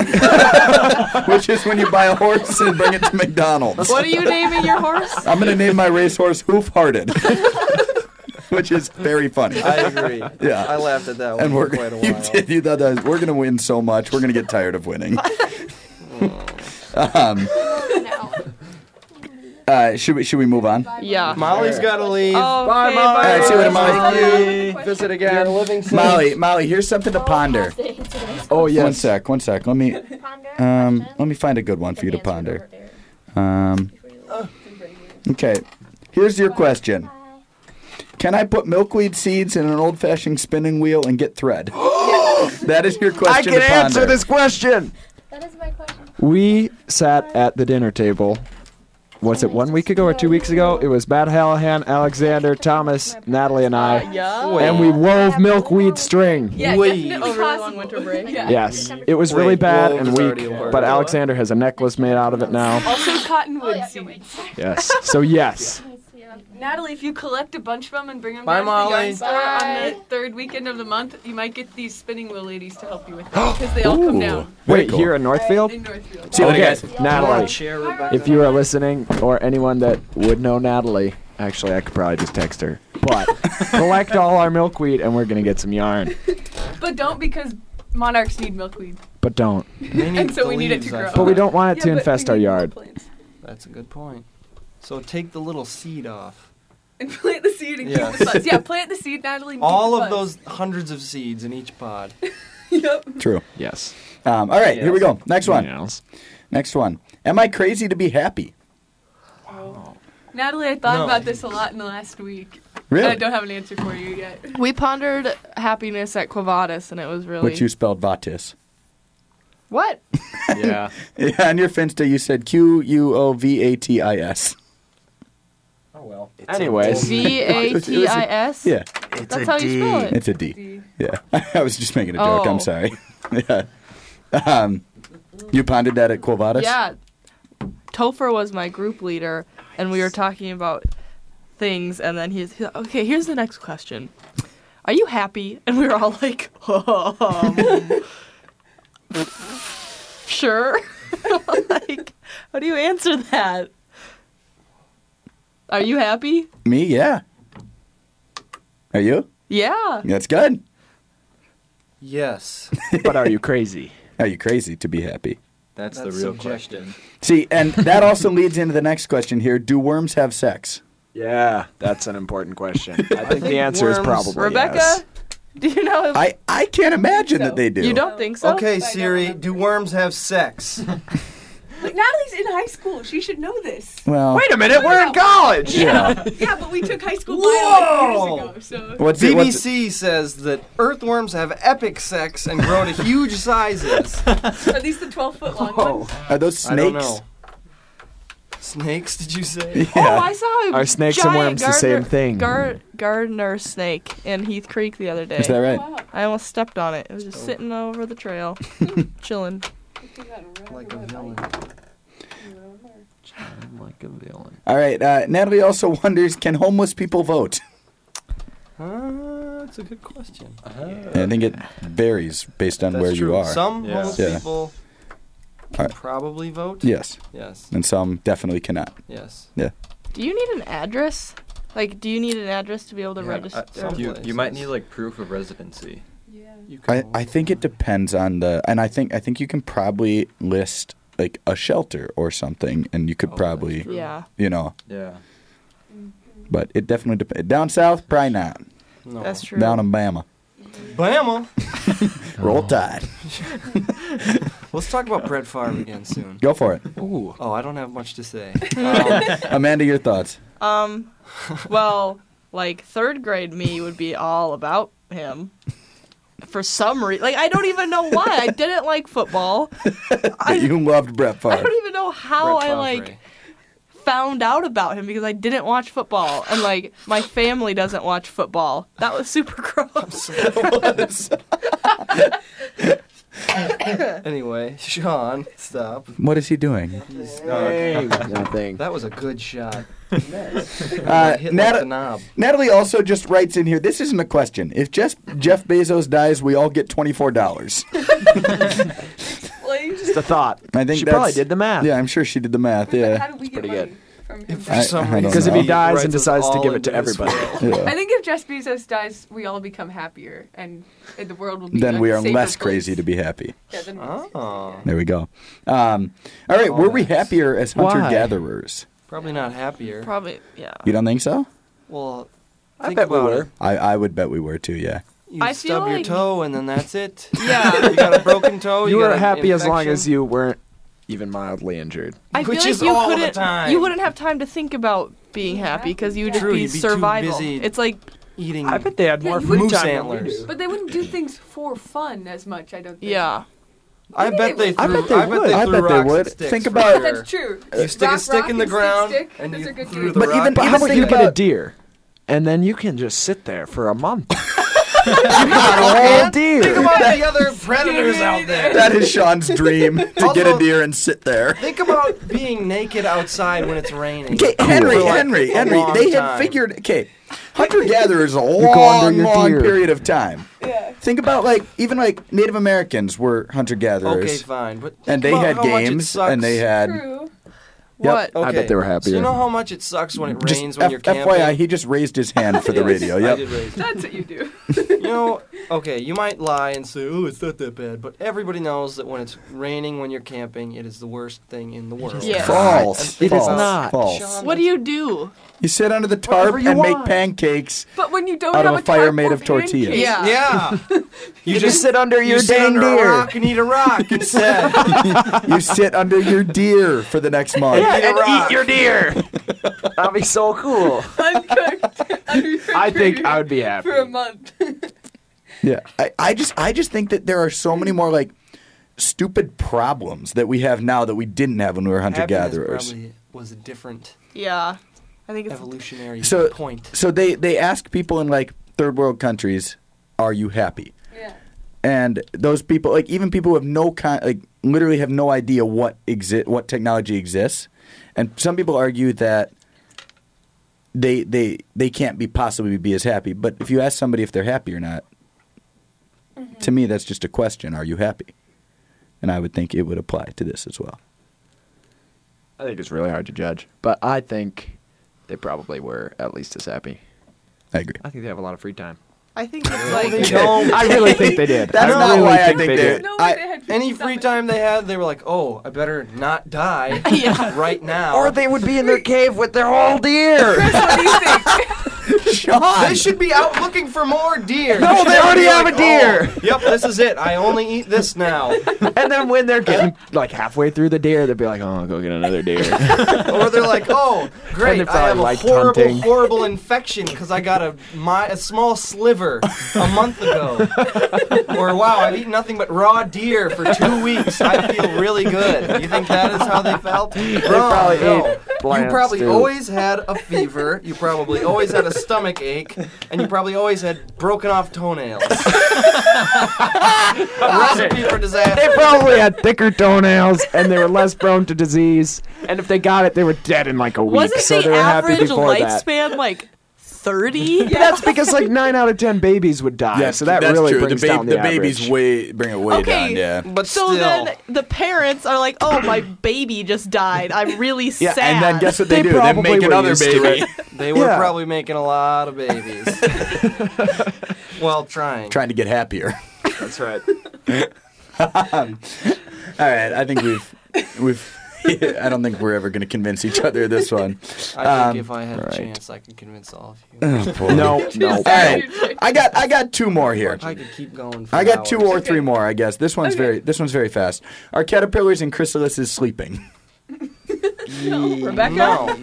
Which is when you buy a horse and bring it *laughs* to McDonald's. What are you naming your horse? I'm gonna name my racehorse Hoof *laughs* Hearted, which is very funny. I *laughs* agree. Yeah, I laughed at that one and we're for quite a *laughs* you while. did- you thought that was- we're gonna win so much, we're gonna get tired of winning. um, uh, should we should we move on? Yeah. Molly's got to leave. Bye, Molly. All right, see you later, Molly. Thank you. Visit again. Molly, Molly, here's something to ponder. Oh yes. One sec, one sec. Let me um, let me find a good one for you to ponder. Um, okay, here's your question. Can I put milkweed seeds in an old-fashioned spinning wheel and get thread? that is your I question. can to ponder. answer this question. We sat at the dinner table. Was it one week ago or two weeks ago? It was Matt Hallahan, Alexander, Thomas, Natalie, and I. yeah. And we wove milkweed string. Yeah, definitely Over possible. winter break. Yeah. Yes. It was really Wait, bad wove and is already weak, a word. but Alexander has a necklace made out of it *laughs* now. Also cottonwood seeds. Yes. So, yes. Natalie, if you collect a bunch of them and bring them Bye, down to the Molly. yard store on the third weekend of the month, you might get these spinning wheel ladies to help you *gasps* with them because they all come Ooh. down. Wait, here in Northfield? See you later, okay, guys. Natalie, Share with if you are listening, or anyone that would know Natalie, actually, I could probably just text her. But collect all our milkweed, and we're gonna get some yarn. But don't because monarchs need milkweed. But don't. *laughs* and so we need it to grow. But we don't want it to infest our yard. That's a good point. So take the little seed off. And plant the seed and keep Yes. the *laughs* buds. Yeah, plant the seed, Natalie. and keep All the of buds. those hundreds of seeds in each pod. True. Yes. Um, all right, here we go. Next one. Yes. Next one. Am I crazy to be happy? Natalie, I thought No. about this a lot in the last week. Really? And I don't have an answer for you yet. We pondered happiness at Quavatis, and it was really Which you spelled vatis. *laughs* what? Yeah. on your Finsta, you said Q U O V A T I S. Oh, Anyways. V A T I S. Yeah. That's how you spell it. It's a D. Yeah. *laughs* I was just making a joke. Oh. I'm sorry. *laughs* yeah. Um, you pondered that at Quavatis? Yeah. Topher was my group leader, and we were talking about things, and then he's, he's like, okay, here's the next question. Are you happy? *laughs* And we were all like, um, *laughs* sure. *laughs* like, how do you answer that? Are you happy? Me? Yeah. Are you? Yeah. That's good. Yes. but are you crazy? Are you crazy to be happy? That's, the That's real subjective. question. See, and that *laughs* also leads into the next question here. Do worms have sex? Yeah, that's an important question. I think, think the answer is worms- probably Rebecca, yes. do you know if I, I can't imagine that they do. You don't think so? Okay, Siri, do worms have sex? Like, Natalie's in high school. She should know this. Well, wait a minute, we're in college. Yeah. Yeah, but we took high *laughs* school Whoa! bio like years ago, so. *laughs* What's it- what's BBC says that earthworms have epic sex and grow to *laughs* huge sizes. Are these the 12 foot long Oh. ones? Are those snakes? I don't *laughs* know. Snakes? Did you *laughs* say? Oh, I saw a Are snakes and giant worms the same gardener- thing? Gar- gardener snake in Heath Creek the other day. Is that right? I almost stepped on it. It was just sitting over *laughs* the trail, chilling. Like a villain. Like a villain. All right. Uh, Natalie also wonders can homeless people vote? Uh, that's a good question. I think it varies based on That's where you true. are. Some homeless Yeah. people All can right. probably vote. Yes. Yes. And some definitely cannot. Yes. Yeah. Do you need an address? Like, do you need an address to be able to register? you, you might need like proof of residency. I, I Oh. think it depends on the and I think I think you can probably list like a shelter or something and Oh, you could probably true. Yeah. you know Yeah. but it definitely depends down south probably not No. That's true. down in Bama Oh. Bama. roll tide Let's talk about Brett Favre again soon. go *laughs* for it Ooh. *laughs* Oh, I don't have much to *laughs* say. Um, Amanda your thoughts Um, well, like third grade me would be all about him. For some reason, like I don't even know why I didn't like football. you loved Brett I Favre don't even know how Brett Oh, I Favre. like found out about him because I didn't watch football and like my family doesn't watch football. That was super *laughs* gross. *laughs* anyway, Sean, stop. *laughs* What is he doing? Hey. Nothing. That was a good shot. Uh, Hit Nat- like the knob. Natalie also just writes in here. This isn't a question. If Jeff Jeff Bezos dies, we all get twenty four dollars. Just a thought. I think She that's- probably did the math. Yeah, I'm sure she did the math. Yeah, How do we get money? I- I don't Because if he know. dies and decides to give it to everybody. I think if Jeff Bezos dies, we all become happier, and and the world will be. then a we are safer less place. crazy to be happy. Yeah, then we're- Oh, There we go. Um, all right, were we happier as Why? hunter gatherers? Probably not happier. Probably, yeah. You don't think so? Well, I think bet we about were. it. I, I would bet we were too. Yeah. You I feel stub your like- toe and then *laughs* that's it. Yeah. *laughs* you got a broken toe. You got were an happy as long infection. as you weren't even mildly injured. I feel like you couldn't, You wouldn't have time to think about being happy because you would just True, be you'd be too survival. busy it's like eating. I bet they had Yeah, more you wouldn't- moose antlers. But they wouldn't do things for fun as much. I don't think. Yeah. I bet they threw. I bet they would. I bet they would. Think *laughs* about- That's true. You stick a Rock, stick rock, in the and stick, ground stick. and Those you are good threw too. the But rock. even But how how about about you you get a about- deer, and then you can just sit there for a *laughs* month. Man, deer. Think about the other *laughs* predators out there. *laughs* That is Sean's dream to get a Also- deer and sit there. Think about being naked outside when it's raining. Okay, Henry, For, like, Henry, a Henry. long They had time. figured. Okay, *laughs* hunter gatherers a You go under long, your long deer. period of time. Yeah. Think about like even like Native Americans were hunter gatherers. Okay, fine, but think and they about had how much it games, sucks. and they had. Yep. What? I bet they were happier. So you know how much it sucks when it Just rains when F- you're camping. FYI, he just raised his hand for the *laughs* Yes, radio. I Yep. did raise it. That's what you do. you know, okay, you might lie and say, "Oh, it's not that bad," but everybody knows that when it's raining when you're camping, it is the worst thing in the world. Yeah. False. It is False. False. what do you do? You sit under the tarp you and want. make pancakes But when you don't out have of a a fire time made for of tortillas. pancakes- *laughs* Yeah. You You just just- sit under you your sit dang under a deer. rock and eat a *laughs* rock instead. you sit under your deer for the next month. Yeah, and eat your deer. That'd be so cool. I think I *laughs* would be happy. for a month. Yeah. I, I just I just think that there are so many more like stupid problems that we have now that we didn't have when we were hunter Happiness gatherers. probably was a different Yeah. I think it's evolutionary So point. so they they ask people in like third world countries, are you happy? and those people like even people who have no con- like literally have no idea what exi- what technology exists and some people argue that they they they can't be possibly be as happy but if you ask somebody if they're happy or not to me that's just a question are you happy and i would think it would apply to this as well I think it's really hard to judge, but I think they probably were at least as happy. I agree. I think they have a lot of free time. I think it's No, like they don't. I really think they *laughs* did. That's I not really why I think think they they- did. I, any free time they had, they were like, "Oh, I better not die right now." Or they would be in their cave with their whole deer. *laughs* Sean. They should be out looking for more deer. No, You should they not already be have like, a deer. "Oh, yep, this is it. I only eat this now. and then when they're getting like halfway through the deer, they'd be like, "Oh, I'll go get another *laughs* deer." *laughs* or they're like, *laughs* "Oh, great! I probably have a liked horrible, hunting. horrible infection because I got a my a small sliver a month *laughs* ago." or wow, I've eaten nothing but raw deer for two weeks. I feel really good. You think that is how they felt? They Wrong, probably no. ate bland You probably stew. always had a fever. You probably always had a stomach ache, and you probably always had broken off *laughs* toenails. Recipe for disaster. they probably had thicker toenails and they were less prone to disease. And if they got it, they were dead in like a week, *laughs* Wasn't so the they were happy average before that. lifespan like *laughs* 30? But *laughs* that's because like nine out of ten babies would die. Yeah, so that that's really true. The brings ba- down the, the babies average. way bring it way okay. down. Yeah, But so then the parents are like, "Oh, my baby just died. I'm really yeah, sad." and then guess what they, do? They probably make were another used to baby. They were probably making a lot of babies. well, trying. *laughs* trying to get happier. That's right. Um, *laughs* all right, I think we've we've. *laughs* I don't think we're ever going to convince each other of this one. I Um, think if I had all a right. chance, I could convince all of you. Oh, boy. *laughs* No, no. All right, I got I got two more here. I could keep going. For I got two hours. or three more, I guess. This one's very this one's very fast. Are caterpillars and chrysalises sleeping? Rebecca. No.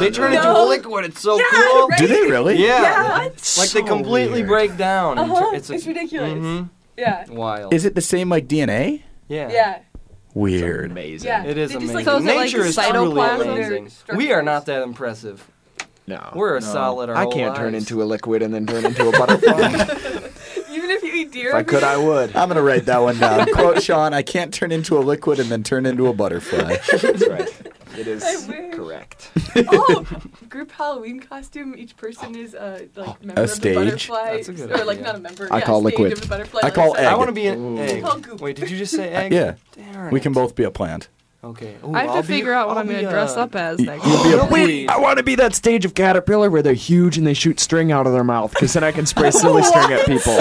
They turn into No. liquid. It's so cool. Do they really? Yeah. Yeah. Like they completely break down. and Uh-huh. tur- It's ridiculous. Mhm. Yeah. Wild. Is it the same like DNA? Yeah. Yeah. Weird. amazing. Yeah, It is they just, amazing. like, calls it, like, Nature is truly cytoplasm or amazing. We are not that impressive. Oh, No. We're a solid our I whole can't turn lives. into a liquid and then turn into a *laughs* butterfly. Even if you eat deer, if I could, I would. I'm gonna write that *laughs* one down. Quote Sean: I can't turn into a liquid and then turn into a *laughs* butterfly. That's right. It is I wish. correct. oh, group Halloween costume. Each person is uh, like member stage? of the butterfly, That's a good or like idea. not a member. I yeah, call stage liquid. Of the butterfly, I like, call so- egg. I want to be an Ooh. egg. Call goop. Wait, did you just say egg? yeah. Darn We it. can both be a plant. Okay. I have to I'll be- figure out what I'll I'm be uh, gonna a- dress up as next. You'll be a- time. Wait, I want to be that stage of caterpillar where they're huge and they shoot string out of their mouth because then I can spray silly string at people.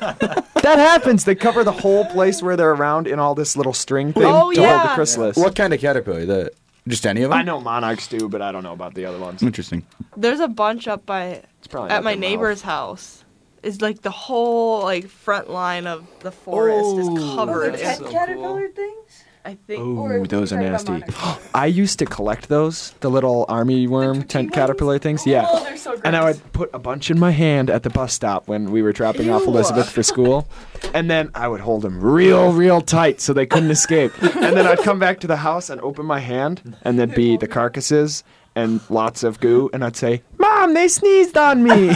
that happens. They cover the whole place where they're around in all this little string thing Oh, to hold yeah. the chrysalis. What kind of caterpillar? The just any of them? I know monarchs do, but I don't know about the other ones. Interesting. There's a bunch up by probably at up my their mouth. neighbor's house. Is like the whole like front line of the forest is covered. that's so caterpillar things. I think. Ooh, those are nasty. *gasps* I used to collect those, the little army worm tent caterpillar things. Yeah. Oh, they're so gross. And I would put a bunch in my hand at the bus stop when we were dropping off Ew. Elizabeth for school. And then I would hold them real, real tight so they couldn't escape. And then I'd come back to the house and open my hand, and there'd be the carcasses and lots of goo. And I'd say, Mom, they sneezed on *laughs* me.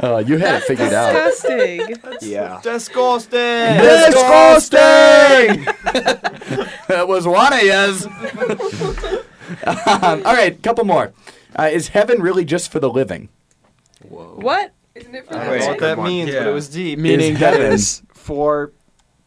Uh, you had it figured out. Disgusting. *laughs* Yeah. Disgusting. Disgusting. *laughs* that was one of *laughs* yours. um, all right, couple more. Uh, is heaven really just for the living? What? Isn't it for I the don't know what egg? that means, but it was deep. Meaning Is that heaven- is for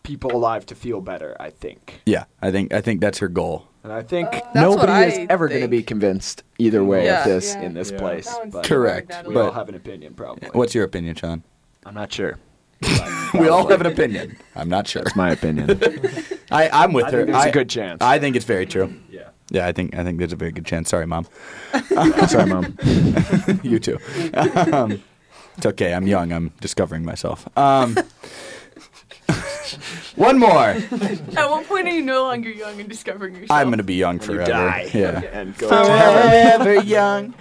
people alive to feel better, I think. Yeah, I think I think that's her goal. And I think Uh, That's what nobody is I ever going to be convinced either way Yeah. of this Yeah. in this Yeah. place. That one's But Correct, We but- all have an opinion, probably. What's your opinion, Sean? I'm not *laughs* sure. we all have an *laughs* opinion. I'm not sure. That's my *laughs* opinion. I, I'm with I her. think there's a a good chance. I think it's very true. Yeah. Yeah, I think I think there's a very good chance. Sorry, mom. *laughs* Sorry, mom. you too. Um, it's okay. I'm young. I'm discovering myself. Um, *laughs* one more. At what point are you no longer young and discovering yourself? I'm gonna be young forever. die. Yeah. *laughs* And go Forever young.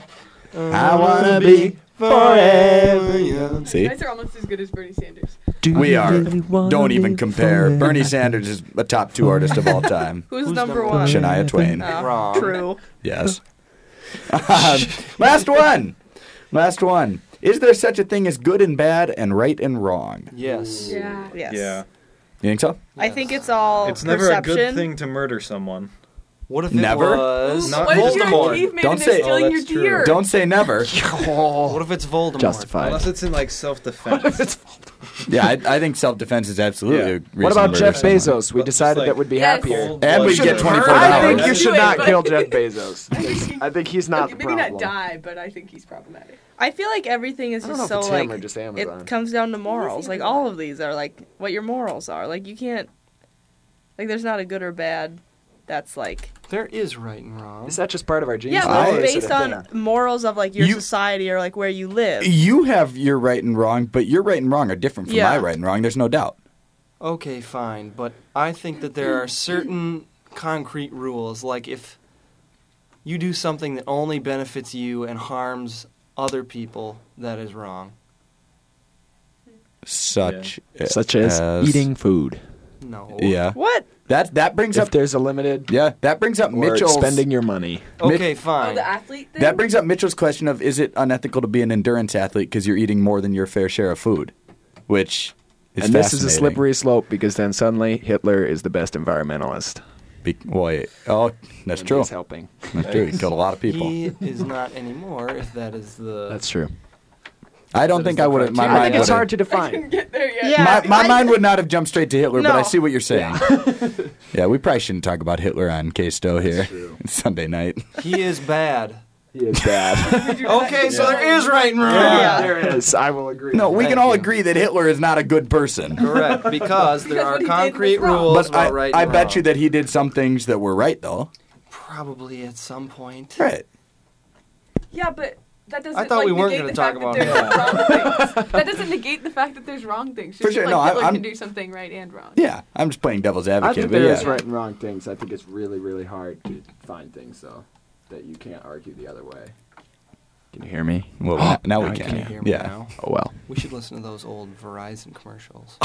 *laughs* I wanna be forever young. You See, guys are almost as good as Bernie Sanders. we are. Don't even compare. Bernie Sanders is a top two artist of *laughs* all time. Who's, number, one? Shania Twain. No. Wrong. True. Yes. Um, last one. Last one. Is there such a thing as good and bad and right and wrong? Yes. Yeah. Yes. Yeah. You think so? I think it's all It's never perception. a good thing to murder someone. What if Never? it was Not- What if you're a Voldemort? caveman Don't and they're say- stealing Oh, your that's true. deer? Don't say *laughs* *laughs* never. What if it's Voldemort? Unless it's in like self-defense. yeah, I, I think self defense is absolutely. a reason What to about murder Jeff someone. Bezos? We decided that would be Yes. happier. And we get twenty four I dollars. think you should Do it, not *laughs* but- kill Jeff Bezos. I think he's not the Maybe not problem. die, but I think he's problematic. I feel like everything is I don't just know so if it's him like or just Amazon. it comes down to morals. Like all of these are like what your morals are. Like you can't like there's not a good or bad. That's like There is right and wrong. Is that just part of our genes? yeah, though, but or it's is it based a on thing? morals of like your You- society or like where you live. You have your right and wrong, but your right and wrong are different from Yeah. my right and wrong. There's no doubt. Okay, fine, but I think that there are certain concrete rules. Like if you do something that only benefits you and harms other people, that is wrong. Such Such as eating food. No. Yeah. What? That that brings If up there's a limited yeah that brings up or Mitchell's spending your money. Okay, fine. athlete that brings up Mitchell's question of is it unethical to be an endurance athlete because you're eating more than your fair share of food, which is and this is a fascinating. slippery slope because then suddenly Hitler is the best environmentalist. Be- boy, oh, that's And true. he's helping. That's true. He killed a lot of people. He is not anymore. If that is the *laughs* That's true. I don't think I would. My I mind think it's would've- hard to define. My, my mind would not have jumped straight to Hitler, but I No. see what you're saying. yeah, we probably shouldn't talk about Hitler on K Sto here. It's *laughs* Sunday night. he is bad. *laughs* He is bad. *laughs* Okay, so there is right and wrong. There is. I will agree. No, we Thank can all you. agree that Hitler is not a good person. Correct, because there are concrete rules But about I, right. I and bet wrong. you that he did some things that were right, though. probably at some point. Right. Yeah, but that doesn't. I thought like, we weren't going negate to talk the fact about that there's that. wrong things. That doesn't negate the fact that there's wrong things. Just For sure, like no, I- Hitler I'm- can do something right and wrong. Yeah, I'm just playing devil's I advocate. but think there yeah. is right and wrong things. I think it's really, really hard to find things though that you can't argue the other way. Can you hear me? Well, now, now we you can. Can hear me yeah. now? Oh well. We should listen to those old Verizon commercials.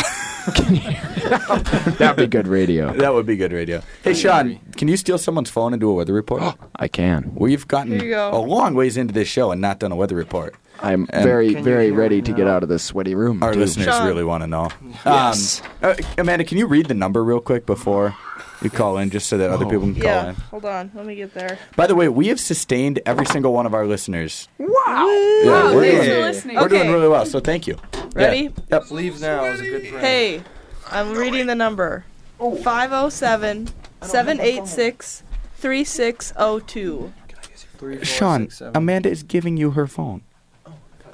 That'd be good radio. That would be good radio. *laughs* Hey, Sean, can you steal someone's phone and do a weather report? I can. We've gotten Here you go. a long ways into this show and not done a weather report. I'm And- very, very ready to get out of this sweaty room. Our too. listeners really want to know. Yes. Um, uh, Amanda, can you read the number real quick before you call in, just so that other people can call Oh. Yeah, in? hold on. Let me get there. By the way, we have sustained every single one of our listeners. Wow. Yeah, we're, Oh, thanks doing, for listening. we're doing Okay. really well, so thank you. Ready? Yep. Leave now is a good friend. Hey, I'm reading the number. Oh. 507 786 3602. Sean, Amanda is giving you her phone.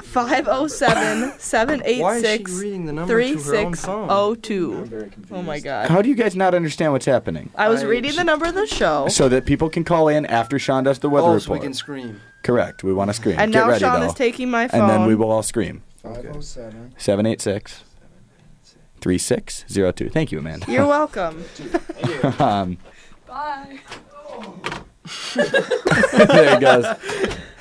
507 Why is she 786 reading the number to her own phone? 3602. Oh my god. How do you guys not understand what's happening? I was reading the number of the show. So that people can call in after Sean does the weather Oh, report. so we can scream. Correct. We want to scream. And Get now ready, Sean though. is taking my And then phone. we will all scream. 507. 786 3602. Thank you, Amanda. You're welcome. um, Bye. *laughs* there it goes.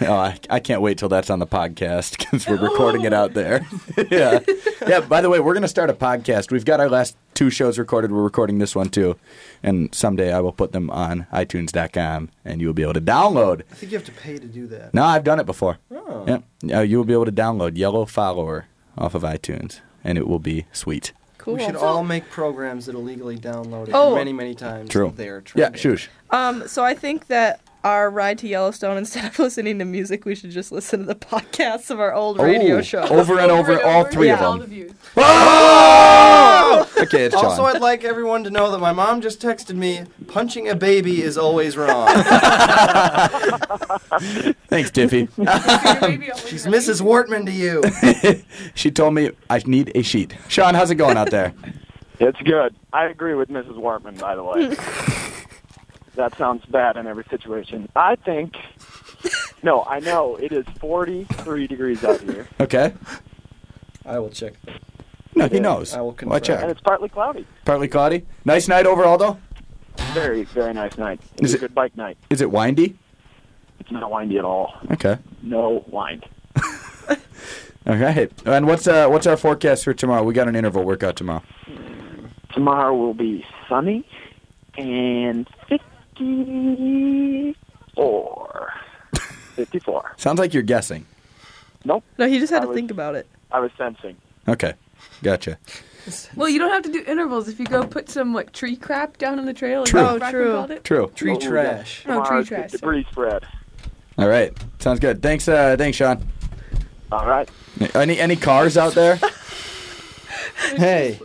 Oh, I, I can't wait till that's on the podcast because we're recording it out there. *laughs* yeah. Yeah, by the way, we're going to start a podcast. We've got our last two shows recorded. We're recording this one too. And someday I will put them on iTunes.com and you'll be able to download. I think you have to pay to do that. No, I've done it before. Oh. Yeah. Yeah, you'll be able to download Yellow Follower off of iTunes and it will be sweet. Cool. We should all make programs that illegally download it Oh. many, many times. True. They are Yeah, shush. Um, so I think that our ride to Yellowstone, *laughs* instead of listening to music, we should just listen to the podcasts of our old radio Oh, shows. Over and over, all three Yeah. of them. Oh, Okay, it's also, Sean. I'd like everyone to know that my mom just texted me, punching a baby is always wrong. Thanks, *laughs* Diffie. *laughs* She's Mrs. Wortman to you. she told me I need a sheet. Sean, how's it going out there? It's good. I agree with Mrs. Wortman, by the *laughs* way. that sounds bad in every situation. I think, no, I know it is 43 degrees out here. Okay. I will check. No, he knows. I will Watch confirm. And out. it's partly cloudy. Partly cloudy. Nice night overall, though. Very, very nice night. It Is was it- a good bike night. Is it windy? It's not windy at all. Okay. No wind. All right. And what's uh, what's our forecast for tomorrow? We got an interval workout tomorrow. Tomorrow will be sunny and 54. 54. Sounds like you're guessing. Nope. No, he just had I to was- think about it. I was sensing. Okay. Gotcha. Well, you don't have to do intervals if you go put some like tree crap down on the trail. True. Like Oh, true. True. Tree *laughs* trash. No, tree Tomorrow's trash. Debris spread. All right. Sounds good. Thanks. Uh, thanks, Sean. All right. Any any cars out there? *laughs* hey.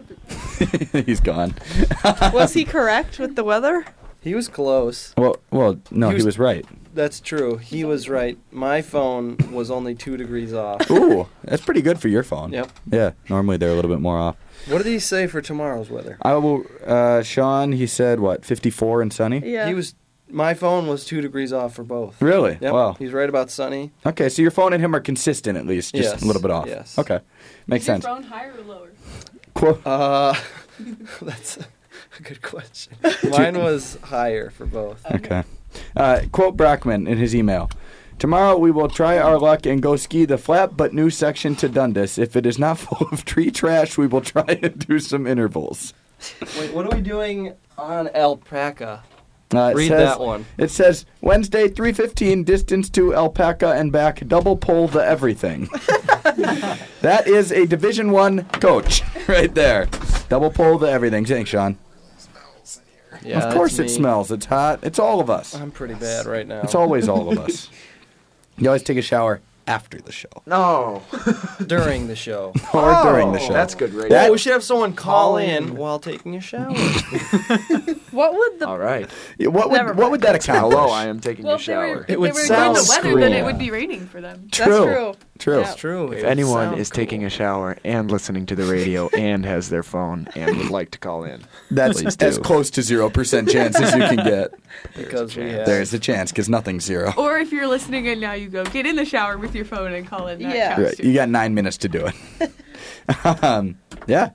He's gone. *laughs* Was he correct with the weather? He was close. Well, well, no, he *laughs* was, right. That's true. He was right. My phone was only two degrees off. Ooh, that's pretty good for your phone. Yep. Yeah. Normally they're a little bit more off. What did he say for tomorrow's weather? I will. Uh, Sean, he said what? 54 and sunny. He was. My phone was two degrees off for both. Really? Yep. Wow. He's right about sunny. Okay, so your phone and him are consistent at least, just Yes, a little bit off. yes. Okay, makes sense. Your phone higher or lower? Cool. Uh, *laughs* that's a good question. Mine was higher for both. Okay. Uh, quote Brockman in his email. Tomorrow we will try our luck and go ski the flat but new section to Dundas. If it is not *laughs* full of tree trash, we will try and do some intervals. Wait, what are we doing on alpaca? Uh, it Read says- that one. It says Wednesday, three fifteen, distance to Alpaca and back. Double pull the everything. that is a Division One coach right there. Double pull the everything. Thanks, Sean. Yeah, of that's course it me. Um, smells. It's hot. It's all of us. I'm pretty bad right now. It's always all of us. You always take a shower after the show. No. during the *laughs* show. Or during the show. That's good radio. Well, Oh, we should have someone call in while taking a shower. What would the All right. What would what would that account? Hello, I am taking Well, a if they were, shower. if they were doing the weather, then it would be raining for them. True. Yeah. true. If anyone is taking a shower and listening to the radio and has their phone and would like to call in, please That's do. as close to zero percent chance as you can get. because we have *laughs* There's a chance because nothing's zero. Or if you're listening and now you go get in the shower with your phone and call in. That Yeah. counts Right, You got nine minutes to do it. um, yeah.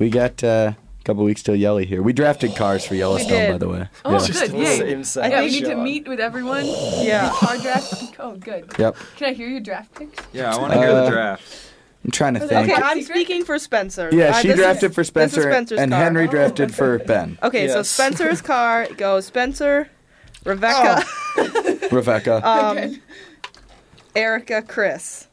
We got uh, couple weeks till Yelly here. We drafted cars for Yellowstone, by the way. Oh, Yeah. good. Yay. I think we need to meet with everyone. *laughs* Yeah. Car draft. Oh, good. Yep. Can I hear your draft picks? Yeah, I want to hear Uh, the draft. I'm trying to think. Okay, I'm speaking for Spencer. Yeah, Uh, she this is- drafted for this is Spencer, Spencer's and car. Henry drafted for Ben. Okay, so *laughs* Spencer's car goes Spencer, Rebecca, Rebecca. um, Erica, Chris.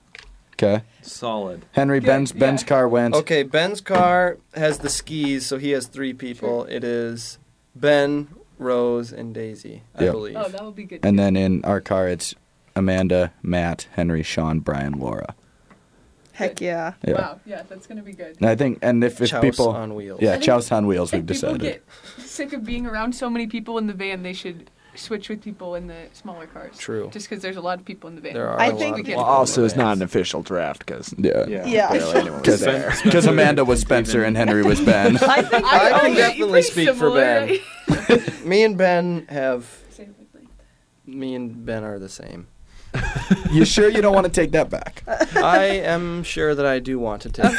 okay. Solid. Henry, Ben's Ben's car went. Okay, Ben's car has the skis, so he has three people. It is Ben, Rose, and Daisy, I Yep. believe. Oh, that would be good. And then in our car, it's Amanda, Matt, Henry, Sean, Brian, Laura. Heck yeah. Yeah. Wow. Yeah, that's gonna be good. And I think, and if, if Chouse people on wheels. I yeah, think chouse on wheels, we've If people decided. get sick of being around so many people in the van, they should switch with people in the smaller cars. True. Just because there's a lot of people in the van. I we well, can. also it's not an official draft because yeah, Yeah. *laughs* barely anyone was Because there. Amanda was Spencer and Henry was Ben. I, I- oh, can *laughs* yeah, definitely pretty speak for similar, Ben. me and Ben have. Me and Ben are the same. you sure you don't want to take that back? I am sure that I do want to take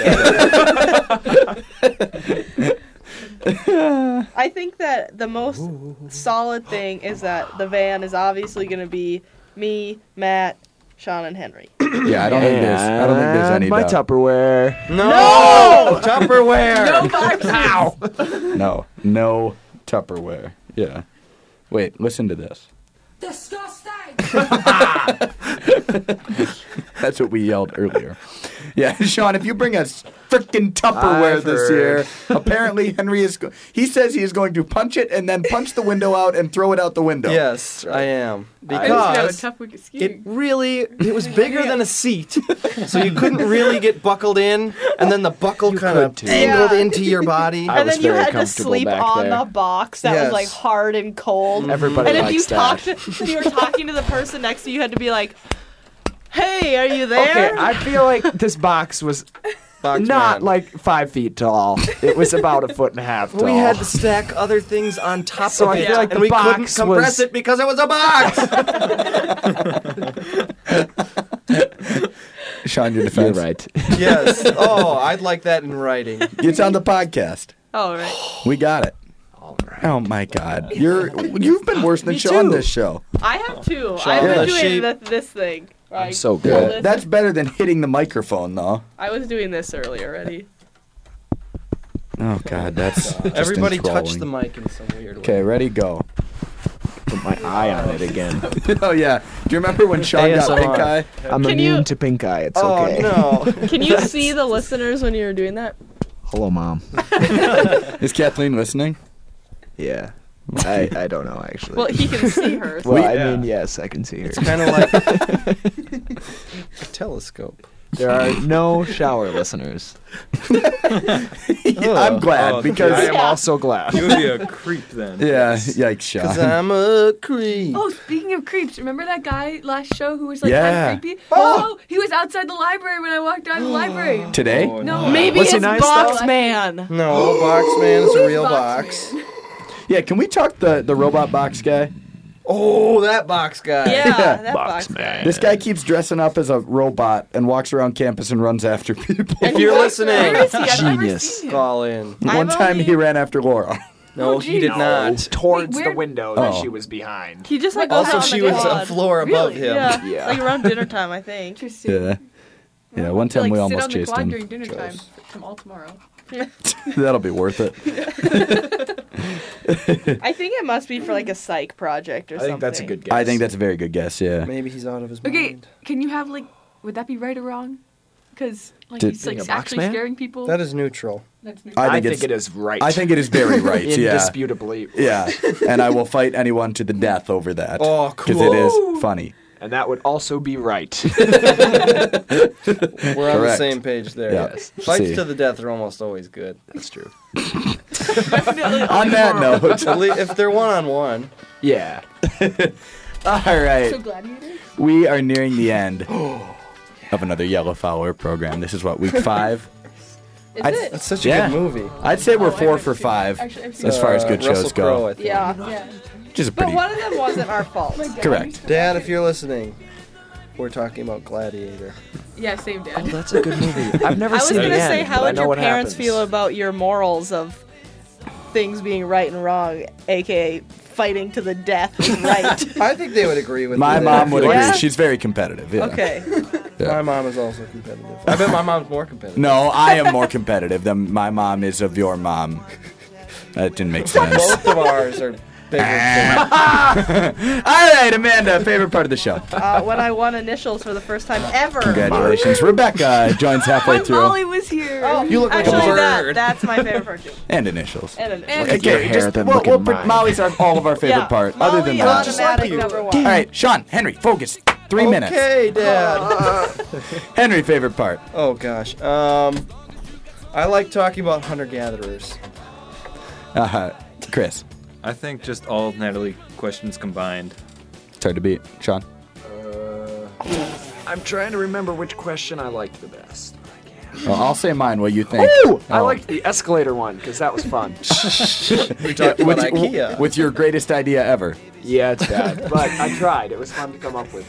*laughs* that. I think that the most solid thing is that the van is obviously going to be me, Matt, Sean, and Henry. Yeah, I don't think there's. I don't think there's And any my doubt. Tupperware. No! Tupperware. No boxes. Ow. no, no Tupperware. Yeah. Wait, listen to this. That's what we yelled earlier. Yeah, *laughs* Sean, if you bring us freaking Tupperware I've this year, heard. apparently Henry is. Go- he says he is going to punch it and then punch the window out and throw it out the window. Yes, I am. Because Because tough week of it skiing. really it *laughs* was bigger than a seat. So you couldn't really get buckled in and then the buckle kind of angled into your *laughs* body. and then you had to sleep on the box that was Yes. like hard and cold. Everybody and if you likes that. talked, you were talking to the person next to you, you had to be like, "Hey, are you Okay, there?" I feel like this box was not like five feet tall. It was about a foot and a half tall. We had *laughs* to stack other things on top So of I it, feel like and the we couldn't box compress was- it because it was a *laughs* box. Sean, your defense. You're right. yes. Oh, I'd like that in writing. It's on the podcast. Oh, All right. We got it. Oh my God, you're you've been worse than Sean this show. I have two. Sean, I've the been doing shape- this, this thing. Like, Yeah, this- That's better than hitting the microphone, though. I was doing this earlier already. Oh God, that's just Everybody touched enthralling. the mic in some weird way. Okay, ready, go. Put my eye on it *laughs* again. *laughs* oh yeah. Do you remember *laughs* when Sean got ASMR. pink eye? I'm Can immune to pink eye. It's Oh, okay. no. Can you see the listeners when you were doing that? *laughs* Hello, mom. Is Kathleen listening? Yeah. *laughs* I, I don't know actually. Well, he can see her. well, We- I Yeah. mean, yes, I can see her. It's kind of like a *laughs* telescope. *laughs* there are no shower listeners. I'm glad Oh, because I am Yeah. also glad. You would be a creep then. Yeah, *laughs* yikes, Sean. 'Cause uh, I'm a creep. Oh, speaking of creeps, remember that guy last show who was like Yeah. kind of creepy? Oh! he was outside the library when I walked out of the library. Today? No, Maybe Was he it's nice, Box though? Man. No, box man *gasps* is a real box. Yeah, can we talk the the robot box guy? Oh, that box guy. Yeah, that box, man. This guy keeps dressing up as a robot and walks around campus and runs after *laughs* people. If you're listening, genius. call in. One time he ran after Laura. *laughs* Oh, No, he did not. Towards the window that Oh. she was behind. He just like Also, goes out on she Oh, the was a quad. floor above him. Yeah. like around dinner time, I think. Interesting. Yeah. Yeah, one time we almost chased him. dinner time from all tomorrow. *laughs* That'll be worth it. I think it must be for like a psych project or something. I think that's a very good guess, yeah. Maybe he's out of his Okay, can you have like, would that be right or wrong? Because like Did- he's like Being a box actually man? scaring people. That is neutral. That's new. I it's- think it is right. I think it is very right, yeah. Indisputably right. Yeah, and I will fight anyone to the death over that. Oh, Because it is funny. And that would also *laughs* be right. We're on the same page there. Yeah. Yes. Fights See. to the death are almost always good. That's true. On that note. if they're one on one. Yeah. All right. So gladiators. We are nearing the end *gasps* of another Yellow Follower program. This is what week five. Is I'd- it? That's such a good movie. I'd say we're I've four never for seen it. five Actually, I've seen as it. far as good Uh, shows Russell Crowe, go, I think. Yeah. which is a But pretty one of them wasn't *laughs* our Oh fault. correct. Dad, if you're listening, we're talking about Gladiator. Yeah, same Oh, dad. that's a good movie. I've I was it. gonna say, how but I would know your what parents happens. feel about your morals of things being right and wrong, aka fighting to the death *laughs* and right. I think they would agree with My me. mom would agree. Yeah? She's very competitive. Yeah. Okay. Yeah. My mom is also competitive. I bet my mom's more competitive. No, I am more competitive than my mom is of your mom. That didn't make sense. *laughs* Both of ours are bigger. Ah, All right, Amanda, favorite part of the show. Uh, when I won initials for the first time ever. Congratulations. Rebecca joins halfway through. was here. Oh, You look like a actually, bird. That, that's my favorite part too. And initials. *laughs* And an Okay, just, we'll, we'll put Molly's our, all of our favorite Yeah, part. Other than Molly that, automatic number one. All right, Sean, Henry, focus. Three minutes. Okay, Dad. Henry, favorite part. Oh gosh. Um, I like talking about hunter gatherers. Uh huh. Chris, I think just all Natalie questions combined. it's hard to beat. Sean. I'm trying to remember which question I liked the best. Well, I'll say mine. What you think? Ooh, I Oh. liked the escalator one because that *laughs* was fun. Yeah, with, with your greatest idea ever. Yeah, it's bad, but I tried. It was fun to come up with.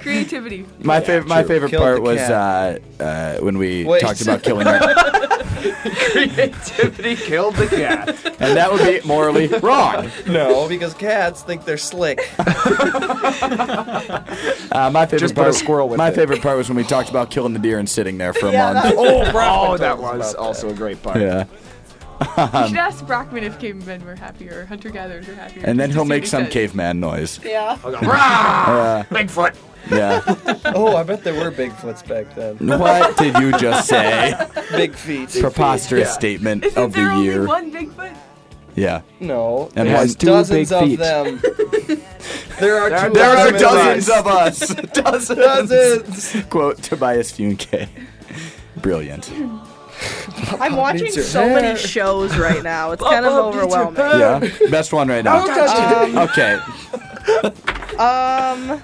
Creativity. *laughs* My favorite, my favorite Killed part the was uh, cat. uh, when we Wait. talked about killing her, Creativity killed the cat. and that would be morally wrong. No, because cats think they're *laughs* slick. Uh, my favorite Just put part, a squirrel with my it. favorite part was when we talked about killing the deer and sitting there for a month. oh, oh, that was also a great part. Yeah. you should Um, ask Brockman if cavemen were happier, hunter gatherers were happier. and then just he'll to see make what some he caveman noise. Yeah. Uh, Bigfoot. yeah. Oh, I bet there were Bigfoots back then. What did you just say? Big feet. Preposterous statement of the year. One Bigfoot. Yeah. No. And there's one- two dozens big of feet. *laughs* them. there are There two there are of them. dozens of us. *laughs* *laughs* Dozens. Dozens. Quote Tobias Funke. Brilliant. I'm watching needs your so hair. many shows right now. It's kind of overwhelming. Yeah. Oh, Best one right now. Don't Ah, touch it. Um, okay. Um.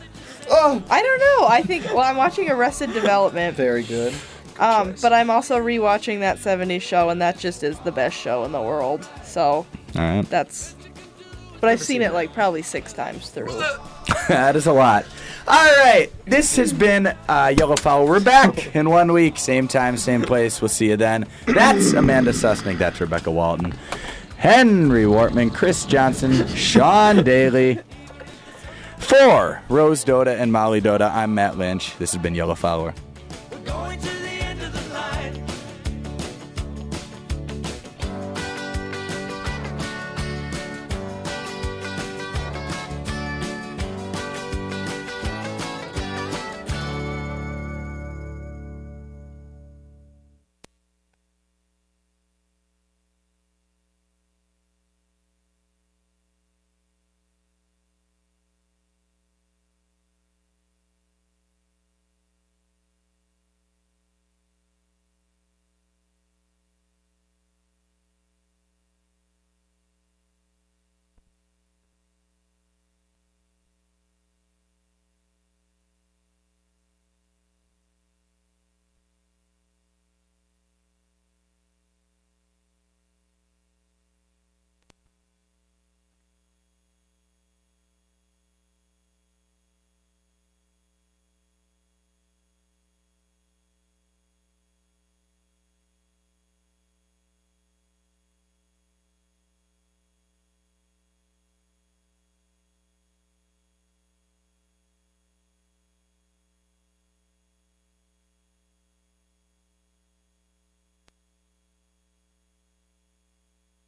Oh, I don't know. I think. Well, I'm watching Arrested Development. Very good. Um, but I'm also rewatching that '70s show, and that just is the best show in the world. So All right. that's. But I've seen it like probably six times through. *laughs* that is a lot. All right. This has been uh, Yellow Fowl. We're back in one week, same time, same place. We'll see you then. That's Amanda Susnick. That's Rebecca Walton. Henry Wortman, Chris Johnson, Sean Daly. For Rose Dota and Molly Dota, I'm Matt Lynch. This has been Yellow Follower.